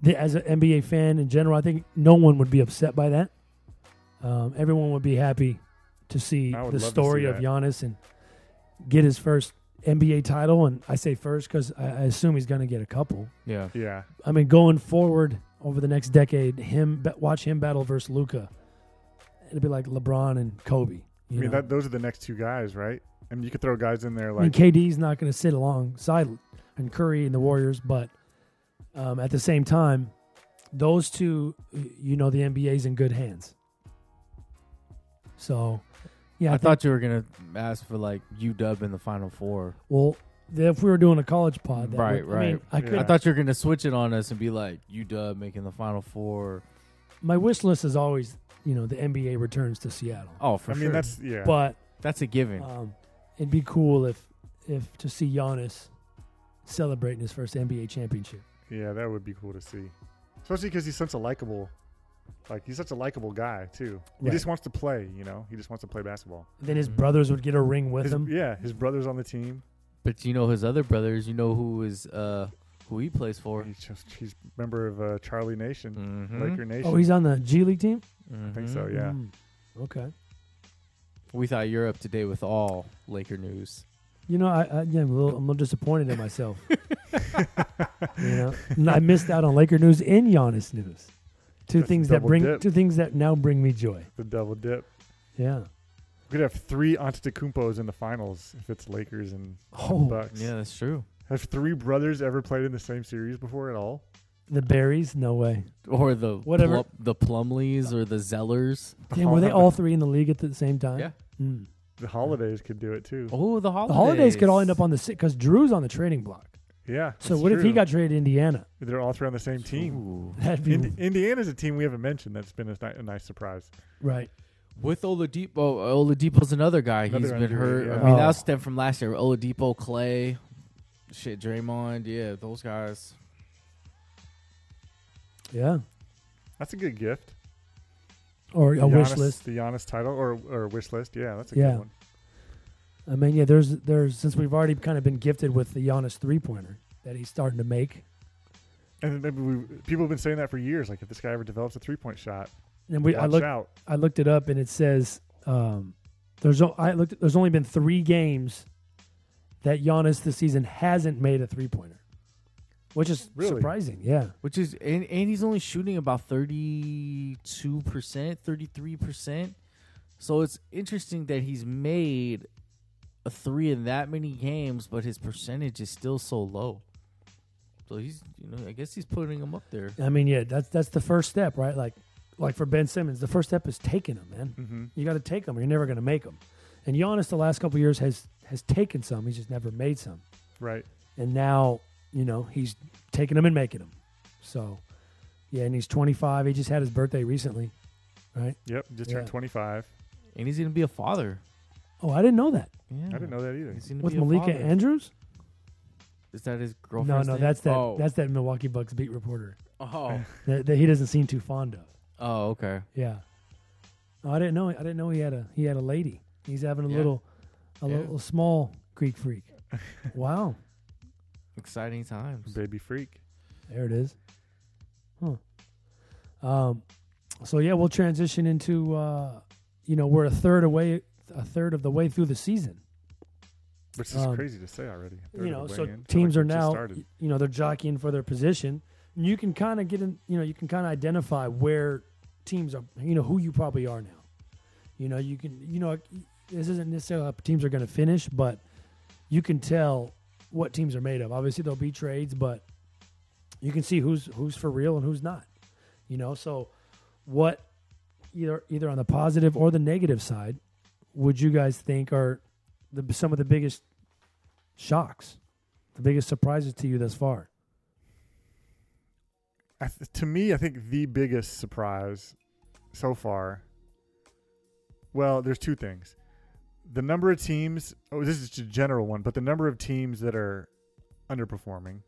[SPEAKER 1] the, as an NBA fan in general, I think no one would be upset by that. Um, everyone would be happy to see
[SPEAKER 2] I would
[SPEAKER 1] the
[SPEAKER 2] love to
[SPEAKER 1] story
[SPEAKER 2] see
[SPEAKER 1] of
[SPEAKER 2] that.
[SPEAKER 1] Giannis and get his first NBA title. And I say first because I, I assume he's going to get a couple.
[SPEAKER 3] Yeah.
[SPEAKER 2] yeah.
[SPEAKER 1] I mean, going forward over the next decade, him ba- watch him battle versus Luca. It'd be like LeBron and Kobe.
[SPEAKER 2] I
[SPEAKER 1] You
[SPEAKER 2] mean,
[SPEAKER 1] know?
[SPEAKER 2] that, those are the next two guys, right? I mean, you could throw guys in there
[SPEAKER 1] I mean,
[SPEAKER 2] like
[SPEAKER 1] KD's not going to sit alongside and Curry and the Warriors, but um, at the same time, those two, y- you know, the NBA's in good hands. So, yeah,
[SPEAKER 3] I,
[SPEAKER 1] I, think,
[SPEAKER 3] thought you were gonna ask for like UW in the Final Four.
[SPEAKER 1] well, if we were doing a college pod, that
[SPEAKER 3] Right,
[SPEAKER 1] would- I mean,
[SPEAKER 3] right.
[SPEAKER 1] I
[SPEAKER 2] Yeah.
[SPEAKER 1] could.
[SPEAKER 3] I thought you were gonna switch it on us and be like UW making the Final Four.
[SPEAKER 1] my wish list is always, you know, the NBA returns to Seattle,
[SPEAKER 3] Oh, for
[SPEAKER 2] I mean,
[SPEAKER 3] sure.
[SPEAKER 2] that's Uh, yeah.
[SPEAKER 1] but
[SPEAKER 3] that's a given.
[SPEAKER 1] um, it'd be cool if if to see Giannis celebrating his first NBA championship.
[SPEAKER 2] yeah, that would be cool to see. Especially cuz he's such a likable like he's such a likable guy, too. He
[SPEAKER 1] Right.
[SPEAKER 2] just wants to play, you know. He just wants to play basketball.
[SPEAKER 1] Then his
[SPEAKER 3] Mhm.
[SPEAKER 1] brothers would get a ring with
[SPEAKER 2] His-
[SPEAKER 1] him.
[SPEAKER 2] yeah, his brother's on the team.
[SPEAKER 3] but you know his other brothers. You know who is uh who he plays for.
[SPEAKER 2] He's just he's a member of uh, Charlie Nation,
[SPEAKER 3] Mm-hmm.
[SPEAKER 2] Laker Nation.
[SPEAKER 1] Oh, he's on the G League team.
[SPEAKER 2] I think so, Oh, yeah.
[SPEAKER 1] Mm, okay.
[SPEAKER 3] We thought you're up to date with all Laker news.
[SPEAKER 1] You know, I, I yeah, I'm a little, I'm a little disappointed in myself. you know, And I missed out on Laker news and Giannis news. Two
[SPEAKER 2] That's a
[SPEAKER 1] things that
[SPEAKER 2] double
[SPEAKER 1] bring
[SPEAKER 2] dip.
[SPEAKER 1] two things that now bring me joy.
[SPEAKER 2] The double dip.
[SPEAKER 1] Yeah.
[SPEAKER 2] We could have three Antetokounmpos in the finals if it's Lakers and
[SPEAKER 1] Oh,
[SPEAKER 2] Bucks.
[SPEAKER 3] Yeah, that's true.
[SPEAKER 2] Have three brothers ever played in the same series before at all?
[SPEAKER 1] the berries? No way.
[SPEAKER 3] Or the
[SPEAKER 1] Whatever.
[SPEAKER 3] Plum- the Plumleys or the Zellers.
[SPEAKER 1] Damn, were they all three in the league at the same time?
[SPEAKER 3] Yeah.
[SPEAKER 1] Mm.
[SPEAKER 2] The holidays could do it too.
[SPEAKER 3] Oh, the holidays.
[SPEAKER 1] The holidays could all end up on the sit because Drew's on the trading block.
[SPEAKER 2] Yeah.
[SPEAKER 1] So
[SPEAKER 2] that's
[SPEAKER 1] what if he
[SPEAKER 2] true.
[SPEAKER 1] got traded to Indiana?
[SPEAKER 2] They're all three on the same team.
[SPEAKER 3] Ooh.
[SPEAKER 1] That'd be
[SPEAKER 2] Ind- Indiana's a team we haven't mentioned. That's been a, ni- a nice surprise.
[SPEAKER 1] right.
[SPEAKER 3] With Oladipo, Oladipo's another guy. He's
[SPEAKER 2] Another
[SPEAKER 3] been hurt.
[SPEAKER 2] underrated,
[SPEAKER 3] I
[SPEAKER 1] yeah.
[SPEAKER 3] mean,
[SPEAKER 1] Oh.
[SPEAKER 3] that was stemmed from last year. Oladipo, Clay, shit, Draymond. Yeah, those guys.
[SPEAKER 1] Yeah.
[SPEAKER 2] That's a good gift.
[SPEAKER 1] Or a
[SPEAKER 2] The
[SPEAKER 1] wish
[SPEAKER 2] Giannis-
[SPEAKER 1] list.
[SPEAKER 2] The Giannis title or or wish list. Yeah, that's a
[SPEAKER 1] Yeah.
[SPEAKER 2] good one.
[SPEAKER 1] I mean, yeah, there's there's since we've already kind of been gifted with the Giannis three pointer that he's starting to make.
[SPEAKER 2] And then we, people have been saying that for years. Like if this guy ever develops a three point shot,
[SPEAKER 1] And we
[SPEAKER 2] watch
[SPEAKER 1] I looked
[SPEAKER 2] out.
[SPEAKER 1] I looked it up and it says um, there's o- I looked there's only been three games that Giannis this season hasn't made a three pointer, which is
[SPEAKER 2] Really?
[SPEAKER 1] surprising. Yeah,
[SPEAKER 3] Which is and, and he's only shooting about thirty-two percent, thirty-three percent. So it's interesting that he's made a three in that many games, but his percentage is still so low. So he's, you know, I guess he's putting him up there.
[SPEAKER 1] I mean, yeah, that's that's the first step, right? Like like for Ben Simmons, the first step is taking him, man.
[SPEAKER 2] Mm-hmm.
[SPEAKER 1] You got to take them. Or you're never going to make them. And Giannis, the last couple years has has taken some. He's just never made some.
[SPEAKER 2] Right.
[SPEAKER 1] and now you know he's taking them and making them. So yeah, and he's 25. He just had his birthday recently, right?
[SPEAKER 2] Yep. Just turned
[SPEAKER 1] Yeah.
[SPEAKER 2] twenty five.
[SPEAKER 3] And he's gonna be a father.
[SPEAKER 1] Oh, I didn't know that.
[SPEAKER 3] Yeah,
[SPEAKER 2] I didn't know that either.
[SPEAKER 3] He's gonna
[SPEAKER 1] With
[SPEAKER 3] be a
[SPEAKER 1] Malika
[SPEAKER 3] father.
[SPEAKER 1] Andrews?
[SPEAKER 3] Is that his
[SPEAKER 1] no,
[SPEAKER 3] girlfriend?
[SPEAKER 1] no, that's that.
[SPEAKER 3] Oh.
[SPEAKER 1] That's that Milwaukee Bucks beat reporter
[SPEAKER 3] oh,
[SPEAKER 1] that, that he doesn't seem too fond of.
[SPEAKER 3] oh, okay.
[SPEAKER 1] Yeah. Oh, I didn't know. I didn't know he had a he had a lady. He's having a
[SPEAKER 3] Yeah.
[SPEAKER 1] little, a
[SPEAKER 3] Yeah.
[SPEAKER 1] little small Greek freak. wow,
[SPEAKER 3] Exciting times.
[SPEAKER 2] Baby freak.
[SPEAKER 1] there it is. Huh. Um, so yeah, we'll transition into uh, you know we're a third away, a third of the way through the season.
[SPEAKER 2] Which is
[SPEAKER 1] Um,
[SPEAKER 2] crazy to say already. Third
[SPEAKER 1] you
[SPEAKER 2] of
[SPEAKER 1] know,
[SPEAKER 2] the way
[SPEAKER 1] so
[SPEAKER 2] in. Feel
[SPEAKER 1] teams
[SPEAKER 2] like
[SPEAKER 1] are
[SPEAKER 2] it just
[SPEAKER 1] now,
[SPEAKER 2] started.
[SPEAKER 1] you know, they're jockeying for their position. And you can kind of get in, you know, you can kind of identify where teams are, you know, who you probably are now. You know, you can, you know, this isn't necessarily how teams are going to finish, but you can tell what teams are made of. Obviously, there'll be trades, but you can see who's who's for real and who's not. You know, so what either either on the positive or the negative side would you guys think are the some of the biggest shocks? the biggest surprises to you thus far?
[SPEAKER 2] I th- to me, I think the biggest surprise so far Well, there's two things. The number of teams, oh, this is just a general one, but the number of teams that are underperforming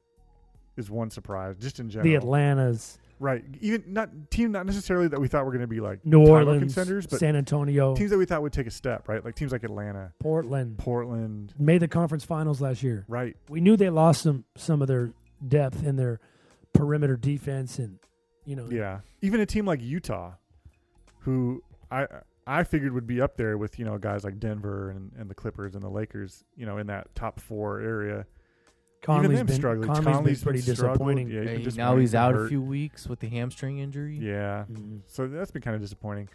[SPEAKER 2] is one surprise, just in general.
[SPEAKER 1] The Atlantas,
[SPEAKER 2] Right. Even not team not necessarily that we thought were going to be like
[SPEAKER 1] New
[SPEAKER 2] title
[SPEAKER 1] Orleans,
[SPEAKER 2] contenders, but
[SPEAKER 1] San Antonio,
[SPEAKER 2] teams that we thought would take a step, right? Like teams like Atlanta,
[SPEAKER 1] Portland
[SPEAKER 2] Portland,
[SPEAKER 1] made the conference finals last year.
[SPEAKER 2] right?
[SPEAKER 1] We knew they lost some some of their depth in their perimeter defense, and you know,
[SPEAKER 2] Yeah. Even a team like Utah who I I figured would be up there with, you know, guys like Denver and, and the Clippers and the Lakers, you know, in that top 4 area.
[SPEAKER 1] Conley's
[SPEAKER 2] them
[SPEAKER 1] been
[SPEAKER 2] struggling.
[SPEAKER 1] Conley's
[SPEAKER 2] Conley's
[SPEAKER 1] been pretty
[SPEAKER 2] been struggled.
[SPEAKER 1] disappointing.
[SPEAKER 2] Yeah, he's been
[SPEAKER 3] Hey, now
[SPEAKER 2] disappointing,
[SPEAKER 3] he's
[SPEAKER 2] been
[SPEAKER 3] out a
[SPEAKER 2] hurt.
[SPEAKER 3] few weeks with the hamstring injury.
[SPEAKER 2] Yeah.
[SPEAKER 1] Mhm.
[SPEAKER 2] So that's been kind of disappointing.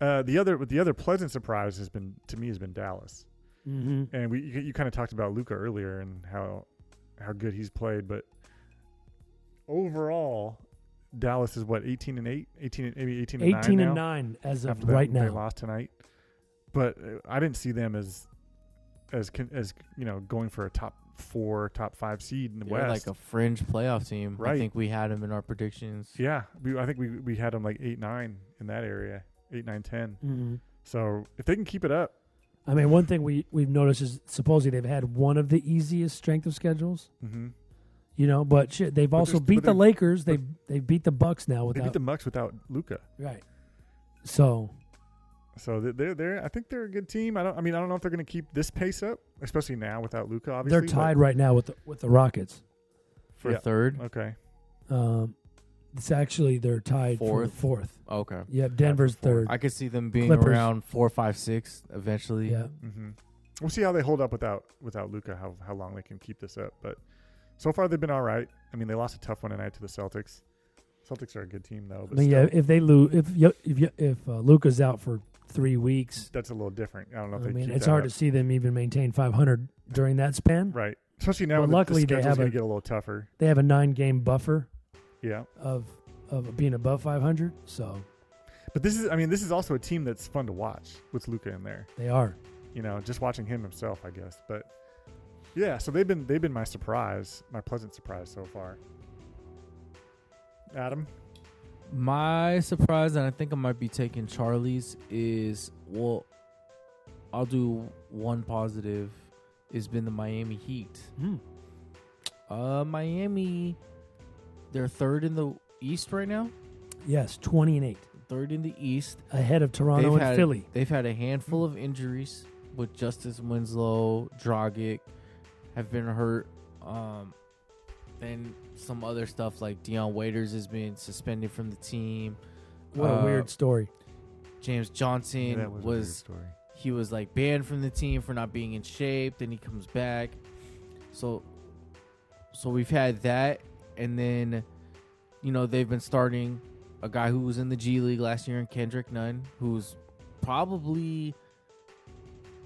[SPEAKER 2] Uh, the other, the other pleasant surprise has been to me has been Dallas,
[SPEAKER 1] Mhm.
[SPEAKER 2] and we you, you kind of talked about Luca earlier and how how good he's played, but overall, Dallas is what 18 and 8, 18 and maybe 18 and
[SPEAKER 1] 18
[SPEAKER 2] 9
[SPEAKER 1] and
[SPEAKER 2] now,
[SPEAKER 1] 9 as of
[SPEAKER 2] after that-
[SPEAKER 1] right
[SPEAKER 2] they
[SPEAKER 1] now.
[SPEAKER 2] lost tonight. But uh, I didn't see them as as con- as you know going for a top four, top five seed in the
[SPEAKER 3] They're
[SPEAKER 2] West.
[SPEAKER 3] like a fringe playoff team. I
[SPEAKER 2] Right.
[SPEAKER 3] think we had him in our predictions.
[SPEAKER 2] yeah, we, I think we we had them like eight nine in that area, eight nine ten.
[SPEAKER 1] Mhm.
[SPEAKER 2] So if they can keep it up,
[SPEAKER 1] I mean, one thing we we've noticed is supposedly they've had one of the easiest strength of schedules.
[SPEAKER 2] mm-hmm.
[SPEAKER 1] You know, but shit, they've also
[SPEAKER 2] there's- but
[SPEAKER 1] beat the
[SPEAKER 2] they-
[SPEAKER 1] Lakers.
[SPEAKER 2] but-
[SPEAKER 1] They they beat the Bucks now
[SPEAKER 2] they
[SPEAKER 1] without
[SPEAKER 2] beat the Bucks without Luca.
[SPEAKER 1] right. So
[SPEAKER 2] So they- they're they're I think they're a good team. I don't I mean I don't know if they're going to keep this pace up, especially now without Luca. Obviously,
[SPEAKER 1] they're
[SPEAKER 2] but-
[SPEAKER 1] tied right now with the, with the Rockets.
[SPEAKER 3] For
[SPEAKER 2] Yeah.
[SPEAKER 3] third.
[SPEAKER 2] Okay,
[SPEAKER 1] Um, it's actually they're tied for
[SPEAKER 3] Fourth.
[SPEAKER 1] the fourth.
[SPEAKER 3] Okay.
[SPEAKER 1] Yep, Denver's
[SPEAKER 2] fourth.
[SPEAKER 1] third.
[SPEAKER 3] I could see them being
[SPEAKER 1] Clippers.
[SPEAKER 3] around four, five, six eventually.
[SPEAKER 1] yeah,
[SPEAKER 2] hmm we'll see how they hold up without without Luca. How how long they can keep this up? But so far they've been all right. I mean they lost a tough one tonight to the Celtics. Celtics are a good team though.
[SPEAKER 1] I
[SPEAKER 2] But
[SPEAKER 1] mean, yeah.
[SPEAKER 2] still,
[SPEAKER 1] If they lose, if Yo- if Yo- if uh, Luca's out for three weeks,
[SPEAKER 2] that's a little different. I don't know
[SPEAKER 1] I
[SPEAKER 2] if they
[SPEAKER 1] mean,
[SPEAKER 2] keep
[SPEAKER 1] it's
[SPEAKER 2] that
[SPEAKER 1] hard
[SPEAKER 2] up.
[SPEAKER 1] to see them even maintain 500 during that span.
[SPEAKER 2] right, especially now.
[SPEAKER 1] Well,
[SPEAKER 2] that
[SPEAKER 1] luckily
[SPEAKER 2] the
[SPEAKER 1] they
[SPEAKER 2] schedule's
[SPEAKER 1] have
[SPEAKER 2] going
[SPEAKER 1] a-
[SPEAKER 2] to get a little tougher.
[SPEAKER 1] They have a nine game buffer
[SPEAKER 2] Yeah,
[SPEAKER 1] of of being above 500, so
[SPEAKER 2] but this is I mean this is also a team that's fun to watch with Luca in there.
[SPEAKER 1] they are.
[SPEAKER 2] you know, just watching him himself, I guess. But yeah, so they've been they've been my surprise, my pleasant surprise so far. Adam,
[SPEAKER 3] My surprise, and I think I might be taking Charlie's, is well, I'll do one positive, has been the Miami Heat.
[SPEAKER 1] Hmm.
[SPEAKER 3] Uh, Miami, they're third in the East right now,
[SPEAKER 1] Yes, 20 and eight,
[SPEAKER 3] third in the East.
[SPEAKER 1] ahead of Toronto
[SPEAKER 3] They've
[SPEAKER 1] and
[SPEAKER 3] had-
[SPEAKER 1] Philly.
[SPEAKER 3] They've had a handful of injuries with Justice Winslow, Dragic, have been hurt. Um, then some other stuff like Deion Waiters has been suspended from the team.
[SPEAKER 1] What a
[SPEAKER 3] Uh,
[SPEAKER 1] weird story.
[SPEAKER 3] James Johnson was,
[SPEAKER 2] story.
[SPEAKER 3] he was like banned from the team for not being in shape. Then he comes back. So, so we've had that, and then, you know, they've been starting a guy who was in the G League last year in Kendrick Nunn, who's probably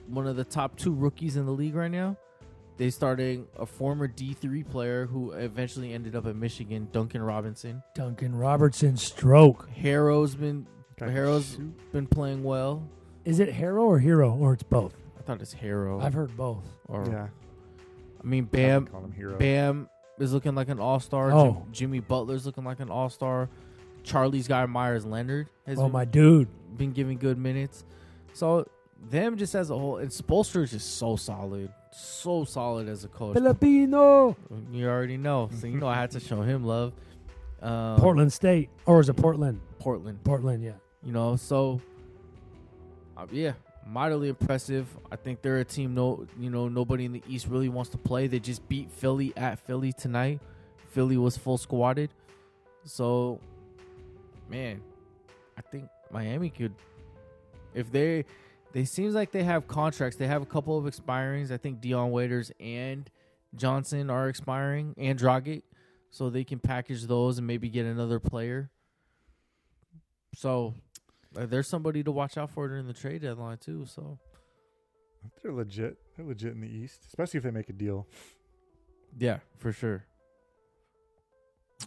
[SPEAKER 3] one of the top two rookies in the league right now. They starting a former D three player who eventually ended up at Michigan, Duncan Robinson.
[SPEAKER 1] Duncan Robertson stroke.
[SPEAKER 3] Harrow's been Harrow's been playing well.
[SPEAKER 1] Is it Harrow or Hero or it's both?
[SPEAKER 3] I thought it's Harrow.
[SPEAKER 1] I've heard both.
[SPEAKER 3] or
[SPEAKER 2] yeah,
[SPEAKER 3] I mean,
[SPEAKER 2] Bam,
[SPEAKER 3] Bam,
[SPEAKER 2] call him hero.
[SPEAKER 3] Bam is looking like an all star.
[SPEAKER 1] Oh.
[SPEAKER 3] Jimmy Butler's looking like an all star. Charlie's guy Myers Leonard has
[SPEAKER 1] Oh
[SPEAKER 3] been,
[SPEAKER 1] my dude,
[SPEAKER 3] been giving good minutes. So them just as a whole, and Spolster is just so solid, so solid as a coach.
[SPEAKER 1] Filipino,
[SPEAKER 3] You already know, so you know I had to show him love. Um,
[SPEAKER 1] Portland State, or is it Portland?
[SPEAKER 3] Portland.
[SPEAKER 1] Portland, yeah.
[SPEAKER 3] You know, so uh, yeah, mightily impressive. I think they're a team. No, you know, nobody in the East really wants to play. They just beat Philly at Philly tonight. Philly was full squatted, so man, I think Miami could, if they, they seems like they have contracts. They have a couple of expirings. I think Dion Waiters and Johnson are expiring, and Dragic, so they can package those and maybe get another player. So like, there's somebody to watch out for during the trade deadline too. So
[SPEAKER 2] They're legit. They're legit in the East, especially if they make a deal.
[SPEAKER 3] yeah, for sure.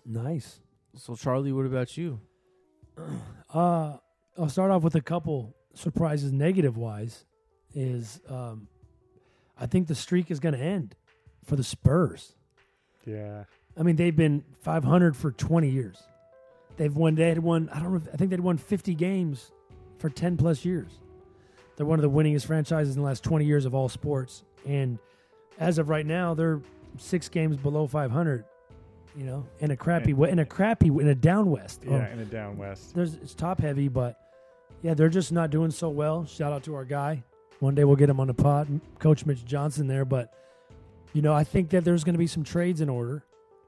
[SPEAKER 1] Nice.
[SPEAKER 3] So Charlie, what about you?
[SPEAKER 1] Uh, I'll start off with a couple surprises, negative wise. Is um, I think the streak is going to end for the Spurs.
[SPEAKER 2] Yeah,
[SPEAKER 1] I mean, they've been 500 for 20 years. They've won. They had won. I don't know. if- I think they'd won 50 games for 10 plus years. They're one of the winningest franchises in the last 20 years of all sports. And as of right now, they're six games below 500. You know, in a crappy, we- in a crappy, in a down West. Oh,
[SPEAKER 2] Yeah, in the down west.
[SPEAKER 1] there's it's top heavy, but yeah, they're just not doing so well. Shout out to our guy. One day we'll get him on the pod, M- Coach Mitch Johnson there. But you know, I think that there's going to be some trades in order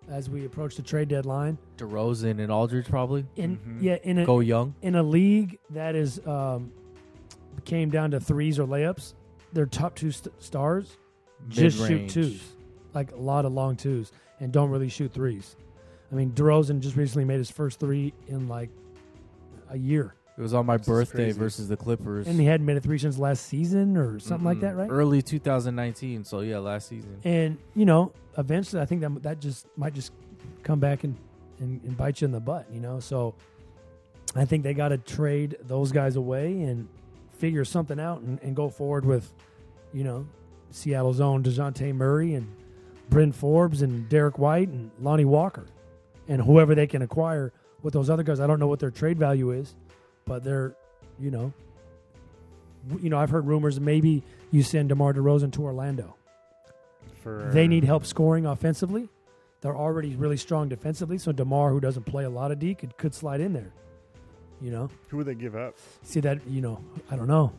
[SPEAKER 1] as we approach the trade deadline.
[SPEAKER 3] DeRozan and Aldridge probably
[SPEAKER 1] In
[SPEAKER 2] Mhm.
[SPEAKER 1] yeah, in a
[SPEAKER 3] go young.
[SPEAKER 1] in a league that is um, came down to threes or layups, their top two st- stars just shoot
[SPEAKER 3] mid-range.
[SPEAKER 1] twos, like a lot of long twos, and don't really shoot threes. I mean, DeRozan just recently made his first three in like a year.
[SPEAKER 3] It was on my
[SPEAKER 2] is
[SPEAKER 3] birthday
[SPEAKER 2] crazy.
[SPEAKER 3] versus the Clippers.
[SPEAKER 1] and he hadn't made a three since last season or something like that,
[SPEAKER 3] Mhm.
[SPEAKER 1] right?
[SPEAKER 3] Early 2019. So yeah, last season.
[SPEAKER 1] And you know, eventually, I think that that just might just come back and and, and bite you in the butt, you know. So I think they got to trade those guys away and figure something out and, and go forward with, you know, Seattle's own Dejounte Murray and Bryn Forbes and Derek White and Lonnie Walker and whoever they can acquire with those other guys. I don't know what their trade value is, but they're, you know, w- you know, I've heard rumors maybe you send DeMar DeRozan to Orlando.
[SPEAKER 2] For
[SPEAKER 1] They need help scoring offensively. They're already really strong defensively, so Demar, who doesn't play a lot of D, could could slide in there. You know,
[SPEAKER 2] who would they give up?
[SPEAKER 1] see that you know I don't know,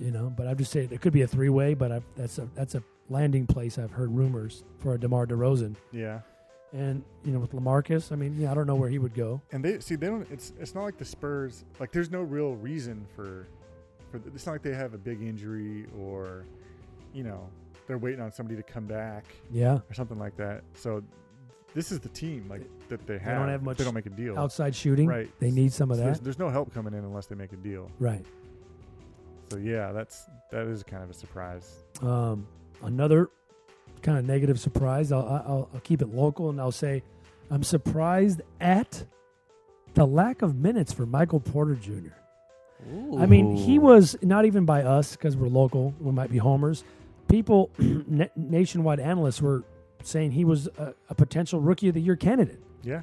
[SPEAKER 1] you know, but I'm just saying it could be a three way, but i that's a that's a landing place. I've heard rumors for a Demar Derozan,
[SPEAKER 2] Yeah,
[SPEAKER 1] and you know with Lamarcus, I mean, yeah, I don't know where he would go.
[SPEAKER 2] and they see they don't. It's it's not like the Spurs. Like there's no real reason for, for it's not like they have a big injury or, you know, they're waiting on somebody to come back
[SPEAKER 1] Yeah,
[SPEAKER 2] or something like that. So this is the team like that they have.
[SPEAKER 1] don't have
[SPEAKER 2] if
[SPEAKER 1] much
[SPEAKER 2] They don't make a deal.
[SPEAKER 1] outside shooting,
[SPEAKER 2] Right.
[SPEAKER 1] They need some of
[SPEAKER 2] So there's,
[SPEAKER 1] that,
[SPEAKER 2] there's no help coming in unless they make a deal.
[SPEAKER 1] right?
[SPEAKER 2] So yeah, that's that is kind of a surprise.
[SPEAKER 1] Um, another kind of negative surprise. I'll, I'll, I'll keep it local and I'll say I'm surprised at the lack of minutes for Michael Porter Jr. I mean, he
[SPEAKER 3] Ooh.
[SPEAKER 1] was not even by us because we're local. We might be homers. People, na- nationwide analysts were saying he was a, a potential rookie of the year candidate.
[SPEAKER 2] Yeah,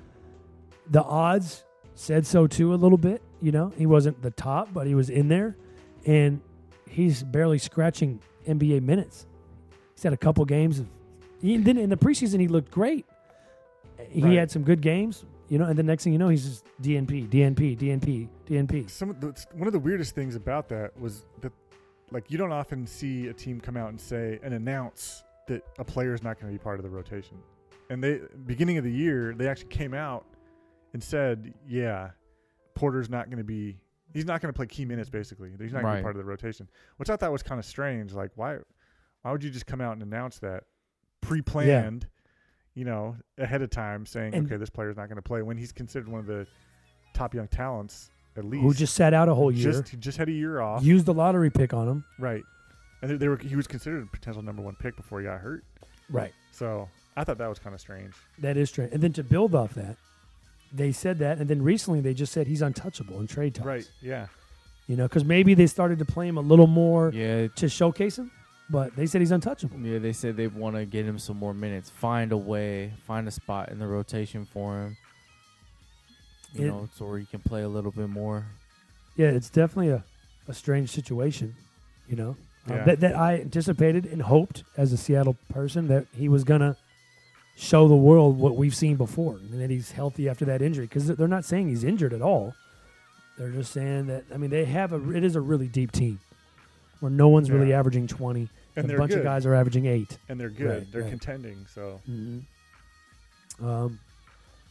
[SPEAKER 1] The odds said so too a little bit. You know, he wasn't the top, but he was in there, and he's barely scratching NBA minutes. He's had a couple games. Of, he, then in the preseason, he looked great. He
[SPEAKER 2] Right.
[SPEAKER 1] had some good games, you know. And the next thing you know, he's just DNP, DNP, DNP, DNP.
[SPEAKER 2] some of the, one of the weirdest things about that was that like you don't often see a team come out and say and announce that a player is not going to be part of the rotation and they beginning of the year they actually came out and said yeah porter's not going to be he's not going to play key minutes basically he's not going to be
[SPEAKER 3] Right.
[SPEAKER 2] part of the rotation which i thought was kind of strange like why why would you just come out and announce that pre-planned you know ahead of time saying
[SPEAKER 1] And-
[SPEAKER 2] okay this player's not going to play when he's considered one of the top young talents at least
[SPEAKER 1] who just sat out a whole year,
[SPEAKER 2] just he just had a year off,
[SPEAKER 1] used the lottery pick on him.
[SPEAKER 2] right? And they, they were he was considered a potential number one pick before he got hurt.
[SPEAKER 1] Right.
[SPEAKER 2] So I thought that was kind of strange.
[SPEAKER 1] That is true. And then to build off that, they said that, and then recently they just said he's untouchable in trade talks.
[SPEAKER 2] Right? Yeah.
[SPEAKER 1] You know, because maybe they started to play him a little more
[SPEAKER 3] Yeah,
[SPEAKER 1] to showcase him, but they said he's untouchable.
[SPEAKER 3] yeah. They said they want to get him some more minutes. Find a way. Find a spot in the rotation for him. You
[SPEAKER 1] It-
[SPEAKER 3] know, so where he can play a little bit more.
[SPEAKER 1] Yeah, it's definitely a, a strange situation. You know, Uh,
[SPEAKER 2] Yeah.
[SPEAKER 1] that that I anticipated and hoped as a Seattle person that he was gonna show the world what we've seen before, and that he's healthy after that injury. Because they're not saying he's injured at all. They're just saying that. I mean, they have a. It is a really deep team where no one's really
[SPEAKER 2] Yeah.
[SPEAKER 1] averaging twenty.
[SPEAKER 2] And
[SPEAKER 1] a
[SPEAKER 2] they're
[SPEAKER 1] bunch
[SPEAKER 2] good.
[SPEAKER 1] of guys are averaging eight.
[SPEAKER 2] And they're good.
[SPEAKER 1] Right,
[SPEAKER 2] they're
[SPEAKER 1] right.
[SPEAKER 2] contending. So
[SPEAKER 1] Mm-hmm. Um,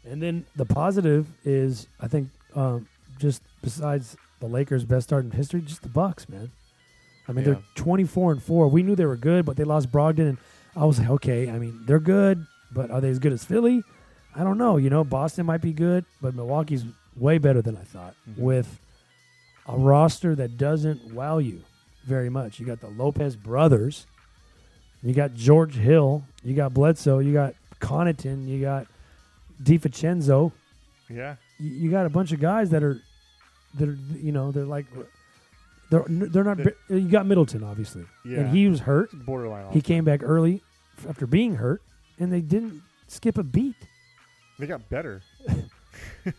[SPEAKER 1] and then the positive is, I think, um, just besides the Lakers' best start in history, just the Bucks, man. I mean,
[SPEAKER 3] Yeah.
[SPEAKER 1] they're twenty-four and four. We knew they were good, but they lost Brogdon, and I was like, okay, I mean, they're good, but are they as good as Philly? I don't know. You know, Boston might be good, but Milwaukee's way better than I thought
[SPEAKER 2] Mhm.
[SPEAKER 1] with a roster that doesn't wow you very much. You got the Lopez brothers. You got George Hill. You got Bledsoe. You got Connaughton. You got DiVincenzo.
[SPEAKER 2] yeah,
[SPEAKER 1] You, you got a bunch of guys that are, that are, you know, they're like, they're they're not.
[SPEAKER 2] The-
[SPEAKER 1] You got Middleton, obviously,
[SPEAKER 2] yeah.
[SPEAKER 1] and he was hurt.
[SPEAKER 2] borderline.
[SPEAKER 1] He
[SPEAKER 2] off.
[SPEAKER 1] came back early f- after being hurt, and they didn't skip a beat.
[SPEAKER 2] they got better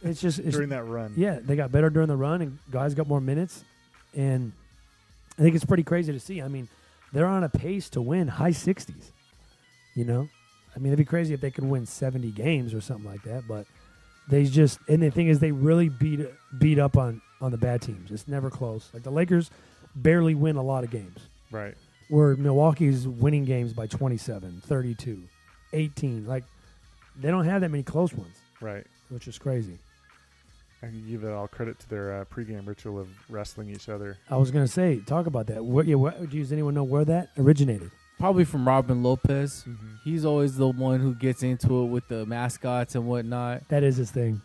[SPEAKER 1] It's just it's,
[SPEAKER 2] during that run.
[SPEAKER 1] yeah, they got better during the run, and guys got more minutes, and I think it's pretty crazy to see. I mean, they're on a pace to win high 60s. You know, I mean, it'd be crazy if they could win 70 games or something like that. But they just and the thing is, they really beat beat up on on the bad teams. It's never close. Like the Lakers barely win a lot of games
[SPEAKER 2] Right.
[SPEAKER 1] where Milwaukee's winning games by 27, 32, 18. Like, they don't have that many close ones,
[SPEAKER 2] Right.
[SPEAKER 1] which is crazy.
[SPEAKER 2] I can give it all credit to their uh, pregame ritual of wrestling each other.
[SPEAKER 1] I was going to say, talk about that. What, yeah, what, does anyone know where that originated?
[SPEAKER 3] Probably from Robin Lopez.
[SPEAKER 2] Mm-hmm.
[SPEAKER 3] He's always the one who gets into it with the mascots and whatnot.
[SPEAKER 1] That is his thing.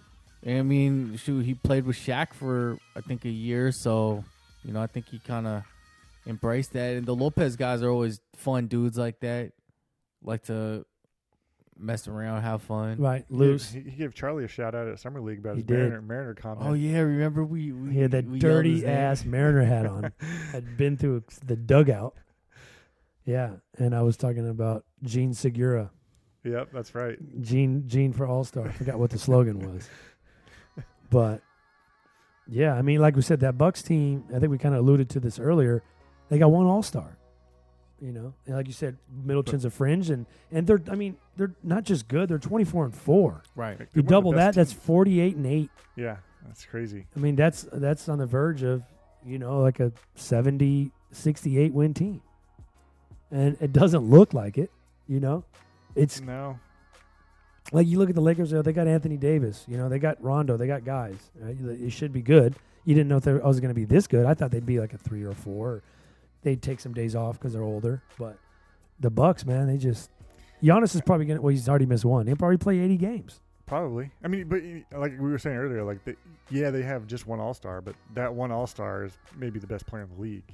[SPEAKER 3] I mean, shoot, he played with Shaq for I think a year, so you know, I think he kind of embraced that. And the Lopez guys are always fun dudes like that, like to mess around, have fun.
[SPEAKER 1] Right. Loose.
[SPEAKER 2] He, he gave Charlie a shout out at Summer League about
[SPEAKER 1] He
[SPEAKER 2] his
[SPEAKER 1] did.
[SPEAKER 2] Mariner, Mariner comment.
[SPEAKER 3] Oh yeah, remember we, we
[SPEAKER 1] He had that
[SPEAKER 3] we yelled his
[SPEAKER 1] dirty
[SPEAKER 3] name?
[SPEAKER 1] ass Mariner hat on. Had been through the dugout. Yeah. And I was talking about Gene Segura.
[SPEAKER 2] Yep, that's right.
[SPEAKER 1] Gene Gene for All Star. I forgot what the slogan was. But yeah, I mean, like we said, that Bucks team, I think we kind of alluded to this earlier, they got one all star. You know? And like you said, Middleton's a fringe and and they're I mean, they're not just good, they're twenty four and four.
[SPEAKER 3] Right.
[SPEAKER 2] They're
[SPEAKER 1] You
[SPEAKER 2] one of the
[SPEAKER 1] double that,
[SPEAKER 2] best
[SPEAKER 1] that's
[SPEAKER 2] teams.
[SPEAKER 1] forty eight and eight.
[SPEAKER 2] yeah, that's crazy.
[SPEAKER 1] I mean, that's that's on the verge of, you know, like a 70, 68 win team. And it doesn't look like it, you know. It's
[SPEAKER 2] No,
[SPEAKER 1] like you look at the Lakers, though, they got Anthony Davis, you know, they got Rondo, they got guys. right? It should be good. You didn't know if they were- I was going to be this good. I thought they'd be like a three or four. They'd take some days off because they're older. But the Bucks, man, they just Giannis is probably going to. Well, he's already missed one. He'll probably play eighty games.
[SPEAKER 2] probably. I mean, but you- like we were saying earlier, like the, yeah, they have just one All Star, but that one All Star is maybe the best player in the league.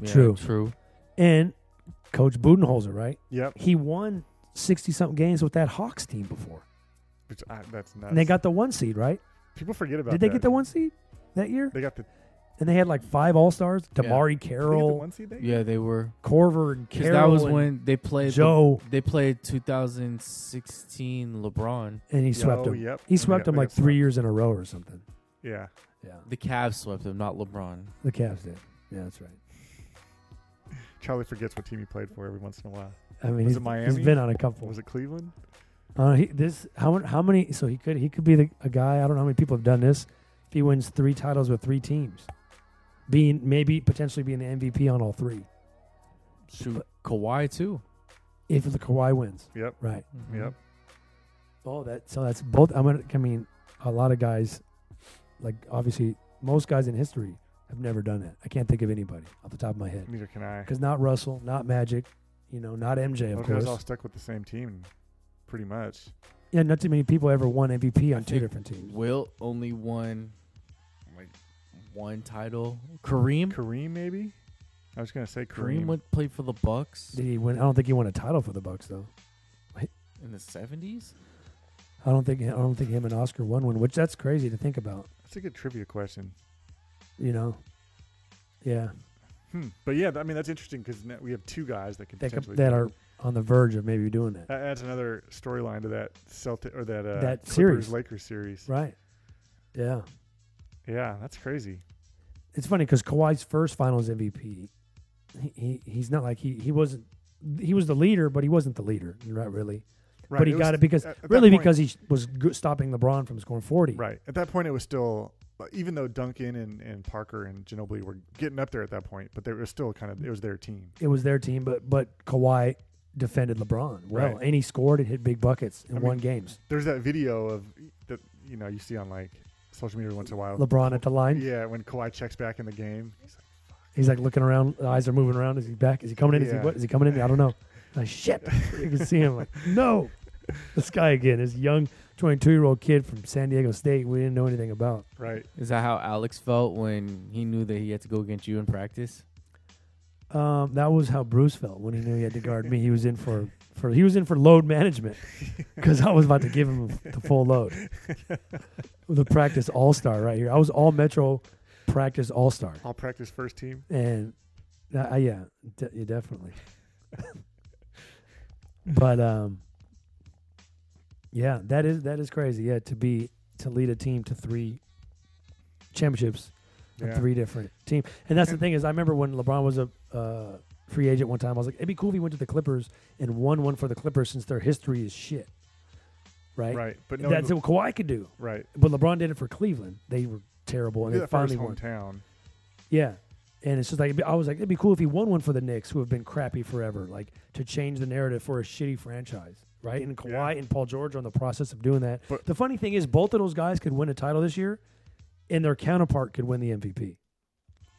[SPEAKER 3] Yeah,
[SPEAKER 1] True.
[SPEAKER 3] True.
[SPEAKER 1] And Coach Budenholzer, right?
[SPEAKER 2] Yep,
[SPEAKER 1] He won sixty something games with that Hawks team before,
[SPEAKER 2] which I, that's nuts.
[SPEAKER 1] and they got the one seed, right?
[SPEAKER 2] people forget about.
[SPEAKER 1] Did they
[SPEAKER 2] that.
[SPEAKER 1] get the one seed that year?
[SPEAKER 2] They got the,
[SPEAKER 1] And they had like five All Stars:
[SPEAKER 3] Yeah.
[SPEAKER 1] Damari
[SPEAKER 2] did they get the
[SPEAKER 1] Carroll,
[SPEAKER 2] one seed. They
[SPEAKER 3] Yeah, they were.
[SPEAKER 1] Corver, and
[SPEAKER 3] Because
[SPEAKER 1] Carroll.
[SPEAKER 3] that was
[SPEAKER 1] and-
[SPEAKER 3] when they played the-
[SPEAKER 1] Joe.
[SPEAKER 3] they played 2016 LeBron.
[SPEAKER 1] and he swept
[SPEAKER 2] oh,
[SPEAKER 1] them.
[SPEAKER 2] Yep,
[SPEAKER 1] He
[SPEAKER 2] They
[SPEAKER 1] swept
[SPEAKER 2] got-
[SPEAKER 1] them
[SPEAKER 2] they
[SPEAKER 1] like
[SPEAKER 2] got
[SPEAKER 1] three
[SPEAKER 2] swept.
[SPEAKER 1] years in a row or something.
[SPEAKER 2] Yeah,
[SPEAKER 1] Yeah,
[SPEAKER 3] The Cavs swept them, not LeBron.
[SPEAKER 1] the Cavs did. Yeah, that's right.
[SPEAKER 2] Charlie forgets what team he played for every once in a while.
[SPEAKER 1] I mean,
[SPEAKER 2] Was
[SPEAKER 1] he's,
[SPEAKER 2] it Miami?
[SPEAKER 1] he's been on a couple.
[SPEAKER 2] Was it Cleveland?
[SPEAKER 1] Uh, he, this how mon- how many? So he could he could be the, a guy. I don't know how many people have done this. If he wins three titles with three teams, being maybe potentially being the MVP on all three.
[SPEAKER 3] Shoot, Kawhi too.
[SPEAKER 1] If the Kawhi wins,
[SPEAKER 2] Yep,
[SPEAKER 1] right?
[SPEAKER 3] Mm-hmm.
[SPEAKER 2] yep.
[SPEAKER 1] Oh, that so that's both. I'm gonna. I mean, a lot of guys, like obviously most guys in history have never done that. I can't think of anybody off the top of my head
[SPEAKER 2] Neither can I.
[SPEAKER 1] because not Russell, not Magic, you know, not MJ, of
[SPEAKER 2] Those guys
[SPEAKER 1] course.
[SPEAKER 2] all stuck with the same team, pretty much.
[SPEAKER 1] Yeah, not too many people ever won MVP on
[SPEAKER 3] I
[SPEAKER 1] two
[SPEAKER 3] think
[SPEAKER 1] different teams.
[SPEAKER 3] Will only won like one title. Kareem.
[SPEAKER 2] Kareem, maybe. I was gonna say Kareem.
[SPEAKER 3] Kareem went played for the Bucks
[SPEAKER 1] Did he win? I don't think he won a title for the Bucks though.
[SPEAKER 3] in the 70s.
[SPEAKER 1] I don't think I don't think him and Oscar won one, which that's crazy to think about.
[SPEAKER 2] That's a good trivia question.
[SPEAKER 1] You know, yeah,
[SPEAKER 2] Hmm. But yeah, I mean that's interesting because we have two guys that could
[SPEAKER 1] that could-
[SPEAKER 2] potentially
[SPEAKER 1] that
[SPEAKER 2] do it.
[SPEAKER 1] are on the verge of maybe doing that,
[SPEAKER 2] That adds another storyline to that Celtic or that uh,
[SPEAKER 1] That series.
[SPEAKER 2] Lakers series.
[SPEAKER 1] right? Yeah,
[SPEAKER 2] Yeah, that's crazy.
[SPEAKER 1] it's funny because Kawhi's first Finals MVP, he, he he's not like he he wasn't he was the leader, but he wasn't the leader, not really.
[SPEAKER 2] Right,
[SPEAKER 1] but he
[SPEAKER 2] was-
[SPEAKER 1] got it because
[SPEAKER 2] at- at that
[SPEAKER 1] really
[SPEAKER 2] point-
[SPEAKER 1] because he was go- stopping LeBron from scoring forty.
[SPEAKER 2] right at that point it was still even though Duncan and, and Parker and Ginobili were getting up there at that point, but they were still kind of it was their team.
[SPEAKER 1] It was their team, but but Kawhi defended LeBron well,
[SPEAKER 2] Right.
[SPEAKER 1] and he scored and hit big buckets and
[SPEAKER 2] I
[SPEAKER 1] won
[SPEAKER 2] mean,
[SPEAKER 1] games.
[SPEAKER 2] There's that video of that you know you see on like social media once in a while.
[SPEAKER 1] LeBron at the line.
[SPEAKER 2] Yeah, when Kawhi checks back in the game, he's like,
[SPEAKER 1] He's like looking around. The eyes are moving around. Is he back? Is he coming in? Is he
[SPEAKER 2] Yeah.
[SPEAKER 1] what? Is he coming in? I don't know. Like shit, you can see him. Like no, this guy again. This young twenty-two-year-old kid from San Diego State. We didn't know anything about.
[SPEAKER 2] right,
[SPEAKER 3] Is that how Alex felt when he knew that he had to go against you in practice?
[SPEAKER 1] Um, that was how Bruce felt when he knew he had to guard me. He was in for for he was in for load management because I was about to give him the full load. The practice all star right here. I was all Metro practice all star,
[SPEAKER 2] I'll practice first team.
[SPEAKER 1] and uh, yeah, de- yeah, definitely. but um, yeah, that is that is crazy. Yeah, to be to lead a team to three championships on
[SPEAKER 2] Yeah.
[SPEAKER 1] three different teams. And that's the thing is, I remember when LeBron was a uh, free agent one time. I was like, it'd be cool if he went to the Clippers and won one for the Clippers since their history is shit, right?
[SPEAKER 2] right. But no,
[SPEAKER 1] that's what Kawhi could do,
[SPEAKER 2] right.
[SPEAKER 1] but LeBron did it for Cleveland. They were terrible, and
[SPEAKER 2] Yeah,
[SPEAKER 1] they
[SPEAKER 2] that
[SPEAKER 1] finally
[SPEAKER 2] first
[SPEAKER 1] won.
[SPEAKER 2] hometown.
[SPEAKER 1] Yeah. And it's just like, I was like, it'd be cool if he won one for the Knicks, who have been crappy forever, like to change the narrative for a shitty franchise, right? And Kawhi
[SPEAKER 2] Yeah.
[SPEAKER 1] and Paul George are in the process of doing that.
[SPEAKER 2] But-
[SPEAKER 1] the funny thing is, both of those guys could win a title this year, and their counterpart could win the MVP.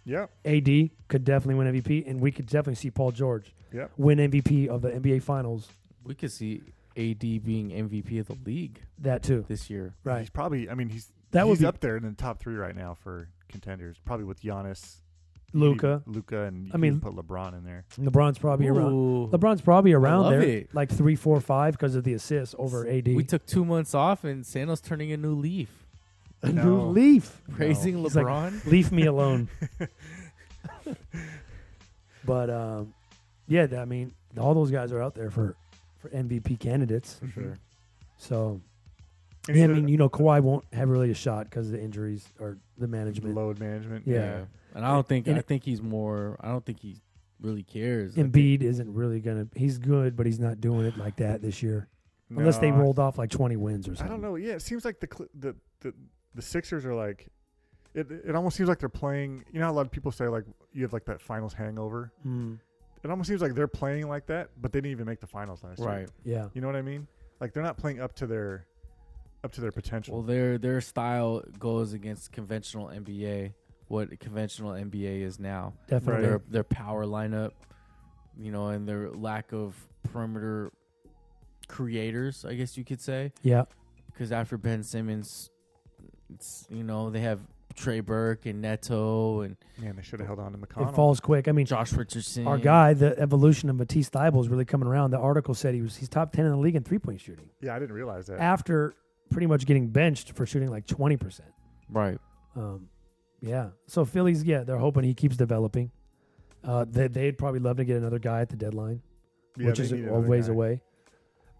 [SPEAKER 2] Yep.
[SPEAKER 1] AD could definitely win MVP, and we could definitely see Paul George
[SPEAKER 2] Yep.
[SPEAKER 1] win MVP of the NBA Finals,
[SPEAKER 3] We could see AD being MVP of the league
[SPEAKER 1] that too.
[SPEAKER 3] this year.
[SPEAKER 1] Right.
[SPEAKER 2] He's probably. I mean, he's
[SPEAKER 1] That would
[SPEAKER 2] he's
[SPEAKER 1] be
[SPEAKER 2] up there in the top three right now for contenders. Probably with Giannis,
[SPEAKER 1] Luca.
[SPEAKER 2] Luca, and you
[SPEAKER 1] I
[SPEAKER 2] can
[SPEAKER 1] mean-
[SPEAKER 2] put LeBron in there.
[SPEAKER 1] LeBron's probably around.
[SPEAKER 3] Ooh.
[SPEAKER 1] LeBron's probably around
[SPEAKER 3] love
[SPEAKER 1] there,
[SPEAKER 3] it.
[SPEAKER 1] like three, four, five, because of the assists over AD.
[SPEAKER 3] We took two months off, and Santos turning a new leaf,
[SPEAKER 1] a new
[SPEAKER 2] No.
[SPEAKER 1] leaf.
[SPEAKER 3] praising
[SPEAKER 1] He's like-
[SPEAKER 3] LeBron.
[SPEAKER 1] leave me alone. but um, yeah, th- I mean, all those guys are out there for for MVP candidates.
[SPEAKER 2] For sure.
[SPEAKER 1] So
[SPEAKER 2] Mm-hmm. And
[SPEAKER 1] yeah, I
[SPEAKER 2] he's a-
[SPEAKER 1] mean, you know, Kawhi won't have really a shot because of the injuries or the management.
[SPEAKER 2] load management.
[SPEAKER 1] Yeah.
[SPEAKER 3] and I don't think
[SPEAKER 1] And-
[SPEAKER 3] I think he's more. I don't think he really cares. I think-
[SPEAKER 1] Embiid isn't really gonna. He's good, but he's not doing it like that this year.
[SPEAKER 2] No,
[SPEAKER 1] Unless they
[SPEAKER 2] I-
[SPEAKER 1] rolled off like twenty wins or
[SPEAKER 2] I
[SPEAKER 1] something.
[SPEAKER 2] don't know. Yeah, it seems like the Cl- the the, the Sixers are like. It, it almost seems like they're playing. You know, how a lot of people say like you have like that finals hangover.
[SPEAKER 1] Mm,
[SPEAKER 2] It almost seems like they're playing like that, but they didn't even make the finals last year.
[SPEAKER 3] right?
[SPEAKER 1] yeah,
[SPEAKER 2] You know what I mean? Like they're not playing up to their up to their potential.
[SPEAKER 3] Well, their their style goes against conventional NBA. What conventional NBA is now,
[SPEAKER 1] definitely.
[SPEAKER 2] Right.
[SPEAKER 3] their their power lineup, you know, and their lack of perimeter creators, I guess you could say.
[SPEAKER 1] Yeah,
[SPEAKER 3] Because after Ben Simmons, it's you know they have Trey Burke and Neto and
[SPEAKER 2] Man, they should have held on to McConnell.
[SPEAKER 1] it falls quick. I mean,
[SPEAKER 3] Josh Richardson.
[SPEAKER 1] our guy, the evolution of Matisse Thybulle is really coming around. The article said he was he's top ten in the league in three point shooting.
[SPEAKER 2] yeah, I didn't realize that.
[SPEAKER 1] after pretty much getting benched for shooting like 20%.
[SPEAKER 3] right?
[SPEAKER 1] Um, yeah. So Phillies, yeah, they're hoping he keeps developing. Uh, they, they'd probably love to get another guy at the deadline,
[SPEAKER 2] yeah,
[SPEAKER 1] which
[SPEAKER 2] they
[SPEAKER 1] is
[SPEAKER 2] need
[SPEAKER 1] a
[SPEAKER 2] another
[SPEAKER 1] ways
[SPEAKER 2] guy.
[SPEAKER 1] away.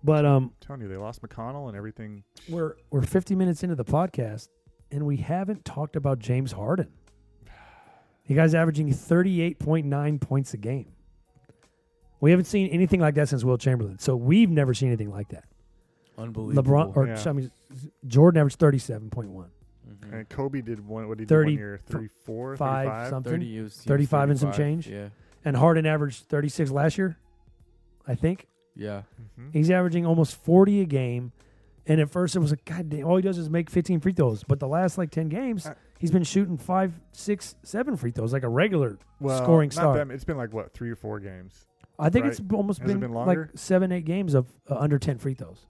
[SPEAKER 1] But um,
[SPEAKER 2] I'm telling you, they lost McConnell and everything.
[SPEAKER 1] we're we're 50 minutes into the podcast, and we haven't talked about James Harden. The guy's averaging 38.9 points a game. We haven't seen anything like that since Will Chamberlain. So we've never seen anything like that.
[SPEAKER 3] Unbelievable.
[SPEAKER 1] LeBron or
[SPEAKER 2] Yeah.
[SPEAKER 1] I mean, Jordan averaged 37.1.
[SPEAKER 3] Mhm.
[SPEAKER 2] And Kobe did one. What did he
[SPEAKER 1] 30,
[SPEAKER 2] do one year? 34,
[SPEAKER 1] five,
[SPEAKER 2] 35?
[SPEAKER 1] something.
[SPEAKER 3] 30 years, he was
[SPEAKER 1] 35 and some
[SPEAKER 3] 35,
[SPEAKER 1] change?
[SPEAKER 3] Yeah.
[SPEAKER 1] and Harden averaged 36 last year. I think
[SPEAKER 3] Yeah.
[SPEAKER 2] Mhm.
[SPEAKER 1] he's averaging almost 40 a game. And at first, it was like, God damn, all he does is make 15 free throws. But the last like 10 games,
[SPEAKER 2] I-
[SPEAKER 1] he's been shooting five, six, seven free throws like a regular.
[SPEAKER 2] Well,
[SPEAKER 1] scoring
[SPEAKER 2] not
[SPEAKER 1] star.
[SPEAKER 2] them. It's been like what three or four games.
[SPEAKER 1] I think
[SPEAKER 2] Right.
[SPEAKER 1] it's almost
[SPEAKER 2] Has it
[SPEAKER 1] been,
[SPEAKER 2] been
[SPEAKER 1] like
[SPEAKER 2] longer?
[SPEAKER 1] seven, eight games of uh, under 10 free throws.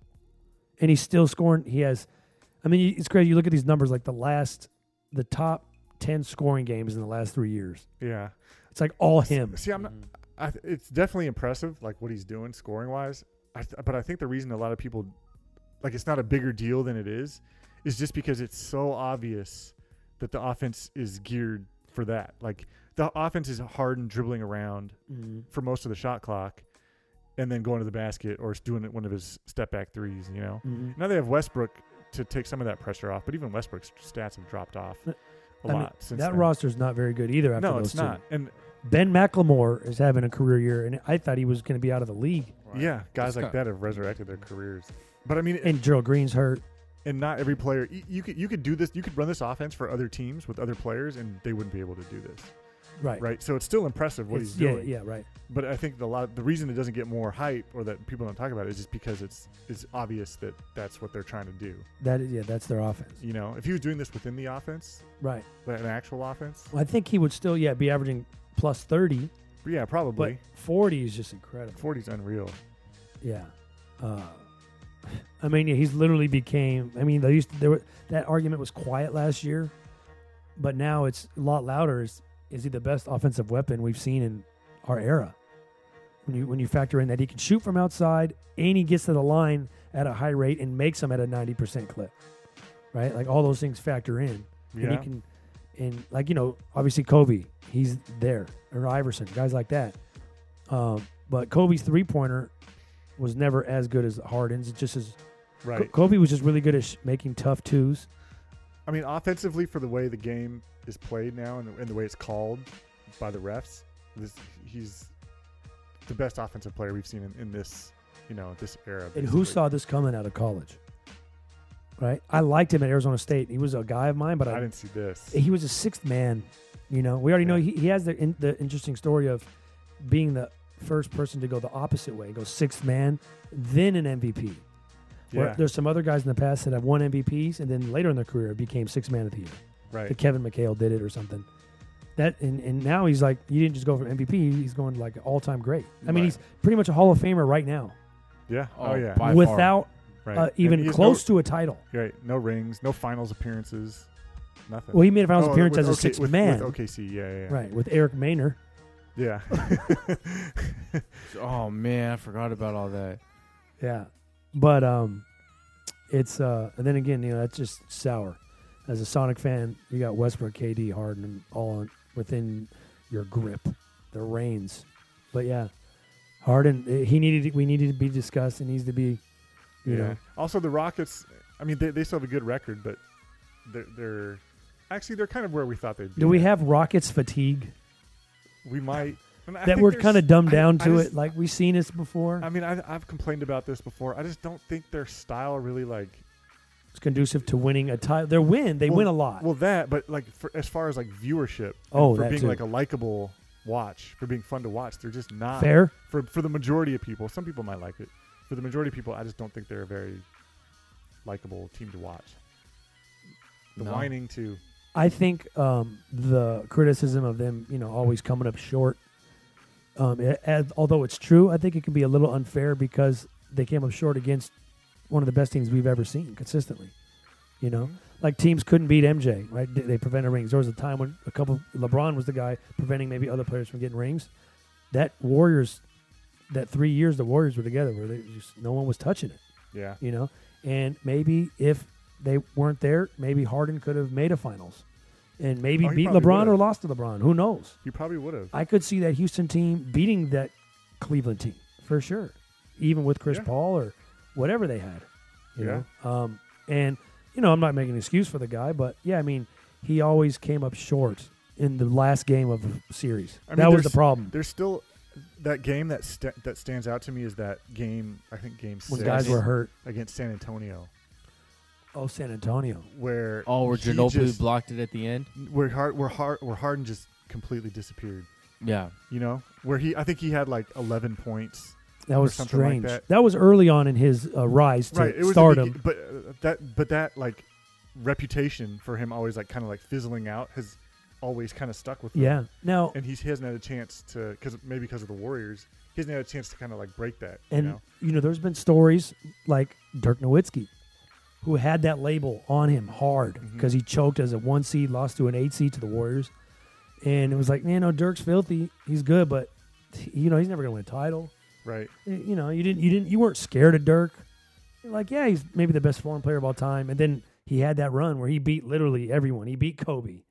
[SPEAKER 1] And he's still scoring. He has, I mean, it's crazy. You look at these numbers like the last, the top 10 scoring games in the last three years.
[SPEAKER 2] Yeah.
[SPEAKER 1] It's like all him.
[SPEAKER 2] See, I'm not.
[SPEAKER 3] Mhm.
[SPEAKER 2] I, th- it's definitely impressive, like what he's doing scoring wise. I th- but I think the reason a lot of people, like, it's not a bigger deal than it is, is just because it's so obvious that the offense is geared for that. Like, the offense is hard and dribbling around
[SPEAKER 1] Mhm.
[SPEAKER 2] for most of the shot clock, and then going to the basket or s- doing one of his step back threes. You know.
[SPEAKER 1] Mhm.
[SPEAKER 2] Now they have Westbrook to take some of that pressure off, but even Westbrook's stats have dropped off a
[SPEAKER 1] I
[SPEAKER 2] lot
[SPEAKER 1] mean,
[SPEAKER 2] since
[SPEAKER 1] That
[SPEAKER 2] then.
[SPEAKER 1] roster's not very good either after
[SPEAKER 2] No,
[SPEAKER 1] those
[SPEAKER 2] it's
[SPEAKER 1] two.
[SPEAKER 2] not. And
[SPEAKER 1] Ben McLemore is having a career year, and I thought he was going to be out of the league.
[SPEAKER 3] Right.
[SPEAKER 2] yeah, guys
[SPEAKER 3] It's
[SPEAKER 2] like
[SPEAKER 3] got-
[SPEAKER 2] that have resurrected their careers. But I mean, it-
[SPEAKER 1] And Gerald Green's hurt.
[SPEAKER 2] and not every player you, you could you could do this you could run this offense for other teams with other players and they wouldn't be able to do this
[SPEAKER 1] Right.
[SPEAKER 2] right so it's still impressive what
[SPEAKER 1] It's-
[SPEAKER 2] he's
[SPEAKER 1] yeah,
[SPEAKER 2] doing
[SPEAKER 1] yeah, right.
[SPEAKER 2] but i think the lot the reason it doesn't get more hype or that people don't talk about it is just because it's it's obvious that that's what they're trying to do
[SPEAKER 1] That is, yeah, that's their offense.
[SPEAKER 2] you know if he was doing this within the offense
[SPEAKER 1] Right.
[SPEAKER 2] like an actual offense
[SPEAKER 1] Well, I think he would still, yeah, be averaging plus 30,
[SPEAKER 2] yeah
[SPEAKER 1] but
[SPEAKER 2] probably
[SPEAKER 1] 40 is just incredible.
[SPEAKER 2] 40's unreal
[SPEAKER 1] Yeah. Uh, I mean, yeah, he's literally became, I mean, they used to, there were, that argument was quiet last year, but now it's a lot louder. Is, is he the best offensive weapon we've seen in our era? When you, when you factor in that he can shoot from outside and he gets to the line at a high rate and makes them at a 90% clip, right? Like all those things factor in. And he
[SPEAKER 2] yeah
[SPEAKER 1] can, and like you know, obviously Kobe, he's there, or Iverson, guys like that. Um, but Kobe's three pointer was never as good as Harden's. It just as
[SPEAKER 2] right
[SPEAKER 1] Kobe was just really good at sh- making tough twos,
[SPEAKER 2] I mean, offensively for the way the game is played now and the, and the way it's called by the refs, this, he's the best offensive player we've seen in, in this, you know, this era.
[SPEAKER 1] And who
[SPEAKER 2] basically.
[SPEAKER 1] saw this coming out of college? Right? I liked him at Arizona State. He was a guy of mine, but
[SPEAKER 2] I
[SPEAKER 1] I,
[SPEAKER 2] didn't see this.
[SPEAKER 1] he was a sixth man. You know, we already know
[SPEAKER 2] Yeah.
[SPEAKER 1] he, he has the in, the interesting story of being the first person to go the opposite way, go sixth man, then an MVP. Where
[SPEAKER 2] Yeah,
[SPEAKER 1] there's some other guys in the past that have won MVPs and then later in their career became sixth man of the year.
[SPEAKER 2] right.
[SPEAKER 1] That Kevin McHale did it or something. That and, and now he's like he didn't just go for MVP, he's going to like all time great. I mean,
[SPEAKER 2] Right.
[SPEAKER 1] he's pretty much a Hall of Famer right now
[SPEAKER 2] Yeah. Oh,
[SPEAKER 3] Oh,
[SPEAKER 2] yeah.
[SPEAKER 3] by- far.
[SPEAKER 1] without
[SPEAKER 2] right.
[SPEAKER 1] uh,
[SPEAKER 2] And he
[SPEAKER 1] even
[SPEAKER 2] has
[SPEAKER 1] close
[SPEAKER 2] no,
[SPEAKER 1] to a title.
[SPEAKER 2] Right. No rings. No finals appearances. Nothing.
[SPEAKER 1] Well, he made a finals
[SPEAKER 2] Oh,
[SPEAKER 1] appearance
[SPEAKER 2] with
[SPEAKER 1] as a
[SPEAKER 2] OK
[SPEAKER 1] sixth
[SPEAKER 2] with,
[SPEAKER 1] man,
[SPEAKER 2] With OKC. Yeah. Yeah. yeah.
[SPEAKER 1] right? With Eric Maynor.
[SPEAKER 2] Yeah.
[SPEAKER 3] Oh man, I forgot about all that.
[SPEAKER 1] Yeah, but um, it's uh, and then again, you know, that's just sour. As a Sonic fan, you got Westbrook, KD, Harden, and all on, within your grip, their reins. But yeah, Harden, eh, he needed we needed to be discussed. It needs to be, you know,
[SPEAKER 2] Also, the Rockets. I mean, they, they still have a good record, but they're, they're actually they're kind of where we thought they'd be.
[SPEAKER 1] do we
[SPEAKER 2] at.
[SPEAKER 1] have Rockets fatigue
[SPEAKER 2] We might. And I
[SPEAKER 1] that
[SPEAKER 2] think
[SPEAKER 1] we're
[SPEAKER 2] there's-
[SPEAKER 1] kind of dumbed
[SPEAKER 2] I-
[SPEAKER 1] down
[SPEAKER 2] I
[SPEAKER 1] to
[SPEAKER 2] just-
[SPEAKER 1] it? Like we've seen this before.
[SPEAKER 2] I mean, I, I've complained about this before. I just don't think their style really like.
[SPEAKER 1] it's conducive to winning a title. Their win, they
[SPEAKER 2] Well-
[SPEAKER 1] win a lot.
[SPEAKER 2] Well, that, but like for, as far as like viewership,
[SPEAKER 1] Oh,
[SPEAKER 2] for
[SPEAKER 1] that
[SPEAKER 2] being
[SPEAKER 1] too.
[SPEAKER 2] like a likable watch, for being fun to watch, they're just not
[SPEAKER 1] Fair.
[SPEAKER 2] for for the majority of people. Some people might like it. For the majority of people, I just don't think they're a very likable team to watch. The
[SPEAKER 3] No.
[SPEAKER 2] whining too.
[SPEAKER 1] I think um, the criticism of them, you know, always coming up short. Um, a- as, although it's true, I think it can be a little unfair because they came up short against one of the best teams we've ever seen consistently. You know,
[SPEAKER 2] Mhm.
[SPEAKER 1] like teams couldn't beat MJ, right? They, they prevented rings. There was a time when a couple LeBron was the guy preventing maybe other players from getting rings. That Warriors, that three years the Warriors were together, where they just no one was touching it
[SPEAKER 2] Yeah.
[SPEAKER 1] you know. And maybe if they weren't there, maybe Harden could have made a finals, and maybe
[SPEAKER 2] Oh, he
[SPEAKER 1] beat
[SPEAKER 2] probably
[SPEAKER 1] LeBron
[SPEAKER 2] would've.
[SPEAKER 1] or lost to LeBron. Who knows?
[SPEAKER 2] You probably would have.
[SPEAKER 1] I could see that Houston team beating that Cleveland team for sure, even with Chris
[SPEAKER 2] Yeah.
[SPEAKER 1] Paul or whatever they had. You
[SPEAKER 2] Yeah.
[SPEAKER 1] know, um, and you know, I'm not making an excuse for the guy, but yeah, I mean, he always came up short in the last game of a series.
[SPEAKER 2] I mean,
[SPEAKER 1] that was
[SPEAKER 2] there's-
[SPEAKER 1] the problem.
[SPEAKER 2] There's still that game that sta that stands out to me is that game. I think game
[SPEAKER 1] When
[SPEAKER 2] six
[SPEAKER 1] guys were hurt.
[SPEAKER 2] against San Antonio,
[SPEAKER 1] Oh, San Antonio.
[SPEAKER 2] where
[SPEAKER 3] Oh, where
[SPEAKER 2] he
[SPEAKER 3] Ginobili
[SPEAKER 2] just-
[SPEAKER 3] blocked it at the end.
[SPEAKER 2] where hard where hard where Harden just completely disappeared.
[SPEAKER 3] Yeah,
[SPEAKER 2] You know, where he I think he had like 11 points.
[SPEAKER 1] That was
[SPEAKER 2] something like
[SPEAKER 1] strange.
[SPEAKER 2] that.
[SPEAKER 1] was early on in his uh, rise to
[SPEAKER 2] right, it was the
[SPEAKER 1] stardom.
[SPEAKER 2] big- but uh, that but that like reputation for him always like kind of like fizzling out has always kind of stuck with him.
[SPEAKER 1] Yeah. Now,
[SPEAKER 2] and he's, he hasn't had a chance to because maybe because of the Warriors, he hasn't had a chance to kind of like break that.
[SPEAKER 1] and
[SPEAKER 2] you know?
[SPEAKER 1] you know, there's been stories like Dirk Nowitzki, who had that label on him hard
[SPEAKER 2] Mhm.
[SPEAKER 1] because he choked as a one seed, lost to an eight seed to the Warriors, and it was like, man, no, Dirk's filthy. He's good, but you know, he's never gonna win a title.
[SPEAKER 2] right,
[SPEAKER 1] Y- You know, you didn't, you didn't, you weren't scared of Dirk. You're like, yeah, he's maybe the best foreign player of all time, and then he had that run where he beat literally everyone. He beat Kobe.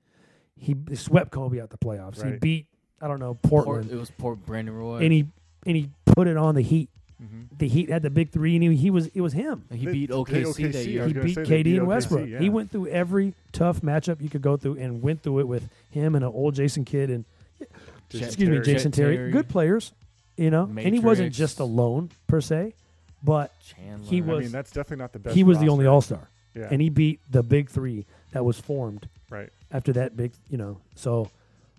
[SPEAKER 1] He b- swept Kobe out the playoffs. He
[SPEAKER 2] Right.
[SPEAKER 1] beat, I don't know,
[SPEAKER 3] Port-
[SPEAKER 1] Portland.
[SPEAKER 3] it was Port Brandon Roy.
[SPEAKER 1] and he and he put it on the Heat.
[SPEAKER 2] hmm
[SPEAKER 1] The Heat had the big three, and he, he was it was him.
[SPEAKER 3] he
[SPEAKER 2] They-
[SPEAKER 3] beat
[SPEAKER 2] they
[SPEAKER 3] OKC, that
[SPEAKER 2] OKC, I
[SPEAKER 3] year.
[SPEAKER 2] was
[SPEAKER 1] He
[SPEAKER 2] gonna
[SPEAKER 1] beat
[SPEAKER 2] say they
[SPEAKER 1] KD
[SPEAKER 2] beat
[SPEAKER 1] and
[SPEAKER 2] OKC,
[SPEAKER 1] Westbrook.
[SPEAKER 2] yeah.
[SPEAKER 1] He went through every tough matchup you could go through, and went through it with him and an old Jason Kidd and
[SPEAKER 2] Just
[SPEAKER 1] excuse me,
[SPEAKER 2] Terry.
[SPEAKER 1] Jason
[SPEAKER 3] Jet
[SPEAKER 1] Terry.
[SPEAKER 3] Terry.
[SPEAKER 1] good players, you know. And he wasn't
[SPEAKER 3] Matrix.
[SPEAKER 1] just alone per se, but
[SPEAKER 3] Chandler.
[SPEAKER 1] he
[SPEAKER 2] I
[SPEAKER 1] was-
[SPEAKER 2] mean, that's definitely not the best.
[SPEAKER 1] he was the only All
[SPEAKER 2] roster.
[SPEAKER 1] Star,
[SPEAKER 2] Yeah,
[SPEAKER 1] and he beat the big three that was formed
[SPEAKER 2] right.
[SPEAKER 1] after that big, you know. So,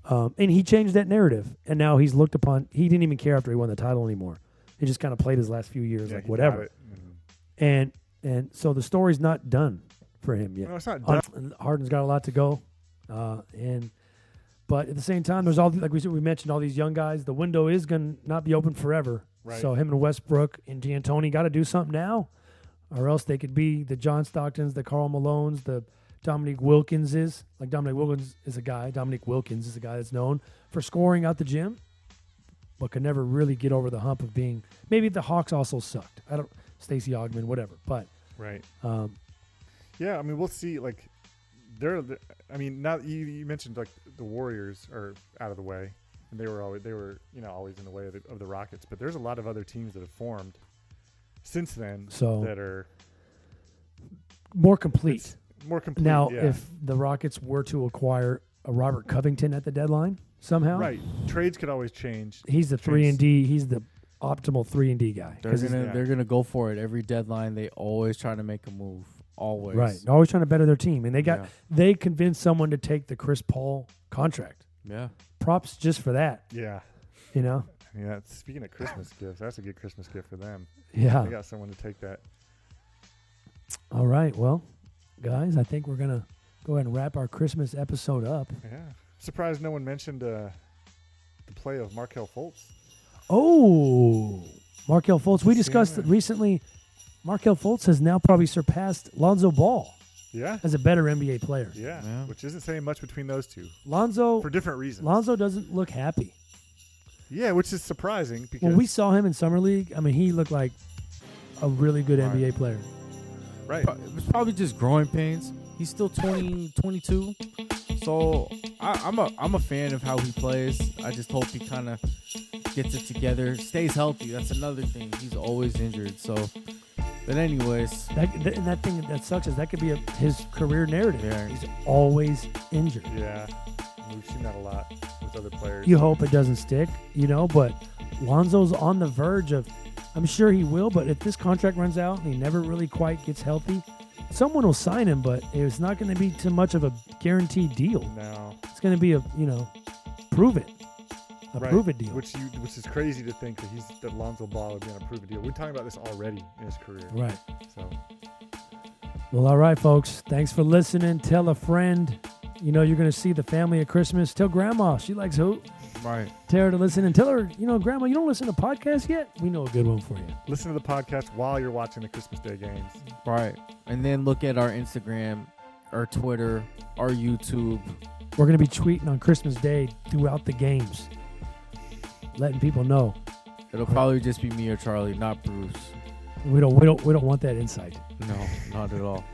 [SPEAKER 1] um, and he changed that narrative, and now he's looked upon. He didn't even care after he won the title anymore. He just kind of played his last few years
[SPEAKER 2] Yeah,
[SPEAKER 1] like
[SPEAKER 2] he got
[SPEAKER 1] whatever.
[SPEAKER 2] it. Mhm.
[SPEAKER 1] and and so the story's not done for him yet.
[SPEAKER 2] No, it's not
[SPEAKER 1] Un-
[SPEAKER 2] done.
[SPEAKER 1] Harden's got a lot to go, uh, and but at the same time, there's all the- like we said, we mentioned all these young guys. The window is going to not be open forever.
[SPEAKER 2] Right.
[SPEAKER 1] So him and Westbrook and D'Antoni got to do something now, or else they could be the John Stocktons, the Carl Malones, the Dominique Wilkinses. Like Dominique Wilkins is a guy. Dominique Wilkins is a guy that's known for scoring out the gym, but could never really get over the hump of being. Maybe the Hawks also sucked. I don't. Stacey Ogman, whatever. But
[SPEAKER 2] Right.
[SPEAKER 1] um,
[SPEAKER 2] Yeah, I mean, we'll see. Like, they're. they're- I mean, now you, you mentioned like the Warriors are out of the way, and they were always they were you know always in the way of the, of the Rockets. But there's a lot of other teams that have formed since then
[SPEAKER 1] So-
[SPEAKER 2] that are
[SPEAKER 1] more complete.
[SPEAKER 2] it's- more complete.
[SPEAKER 1] Now,
[SPEAKER 2] yeah.
[SPEAKER 1] if the Rockets were to acquire a Robert Covington at the deadline somehow,
[SPEAKER 2] right trades could always change.
[SPEAKER 1] He's the three and D. He's the optimal three and D guy.
[SPEAKER 3] They're
[SPEAKER 1] 'Cause he's-
[SPEAKER 3] gonna
[SPEAKER 2] yeah.
[SPEAKER 3] they're gonna go for it every deadline. They always try to make a move. Always.
[SPEAKER 1] right, always trying to better their team, and they got
[SPEAKER 3] Yeah.
[SPEAKER 1] they convinced someone to take the Chris Paul contract.
[SPEAKER 3] Yeah.
[SPEAKER 1] Props just for that,
[SPEAKER 2] Yeah,
[SPEAKER 1] you know.
[SPEAKER 2] yeah. that's- Speaking of Christmas gifts, that's a good Christmas gift for them.
[SPEAKER 1] Yeah.
[SPEAKER 2] They got someone to take that.
[SPEAKER 1] All right. Well, guys, I think we're gonna go ahead and wrap our Christmas episode up.
[SPEAKER 2] Yeah, surprised no one mentioned uh, the play of Markel Fultz.
[SPEAKER 1] Oh, Markel Fultz. We
[SPEAKER 2] Let's see
[SPEAKER 1] discussed
[SPEAKER 2] that.
[SPEAKER 1] recently. Markel Fultz has now probably surpassed Lonzo Ball
[SPEAKER 2] Yeah,
[SPEAKER 1] as a better NBA player.
[SPEAKER 2] yeah,
[SPEAKER 3] Yeah.
[SPEAKER 2] which isn't saying much between those two
[SPEAKER 1] Lonzo
[SPEAKER 2] for different reasons.
[SPEAKER 1] Lonzo doesn't look happy.
[SPEAKER 2] Yeah, which is surprising because
[SPEAKER 1] When we saw him in summer league, I mean, he looked like a really good
[SPEAKER 2] Right.
[SPEAKER 1] NBA player.
[SPEAKER 2] right,
[SPEAKER 3] Pro- It was probably just growing pains. He's still 20, 22. So I, I'm a I'm a fan of how he plays. I just hope he kind of gets it together, stays healthy. That's another thing. He's always injured. So, but anyways,
[SPEAKER 1] That, th- and that thing that sucks is that could be a, his career narrative.
[SPEAKER 3] Yeah.
[SPEAKER 1] He's always injured.
[SPEAKER 2] yeah, we've seen that a lot with other players.
[SPEAKER 1] You hope it doesn't stick, you know, but Lonzo's on the verge of, I'm sure he will, but if this contract runs out and he never really quite gets healthy, someone will sign him, but it's not going to be too much of a guaranteed deal.
[SPEAKER 2] now,
[SPEAKER 1] It's going to be a, you know, prove it, a
[SPEAKER 2] Right.
[SPEAKER 1] prove it deal.
[SPEAKER 2] which you, which is crazy to think that he's that Lonzo Ball would be on a proven deal. We're talking about this already in his career.
[SPEAKER 1] right.
[SPEAKER 2] So
[SPEAKER 1] Well, all right, folks. Thanks for listening. Tell a friend. You know, you're going to see the family at Christmas. Tell grandma. She likes who?
[SPEAKER 3] right.
[SPEAKER 1] Tell her to listen and tell her, you know, grandma, you don't listen to podcasts yet? We know a good one for you.
[SPEAKER 2] listen to the podcast while you're watching the Christmas Day games.
[SPEAKER 3] Right. And then look at our Instagram, our Twitter, our YouTube.
[SPEAKER 1] We're going to be tweeting on Christmas Day throughout the games, letting people know.
[SPEAKER 3] It'll probably just be me or Charlie, not Bruce.
[SPEAKER 1] We don't, we don't, we don't want that insight.
[SPEAKER 3] No, not at all.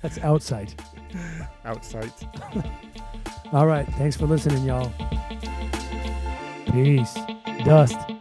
[SPEAKER 1] That's outside.
[SPEAKER 2] Outside.
[SPEAKER 1] All right. Thanks for listening, y'all. Peace. Dust.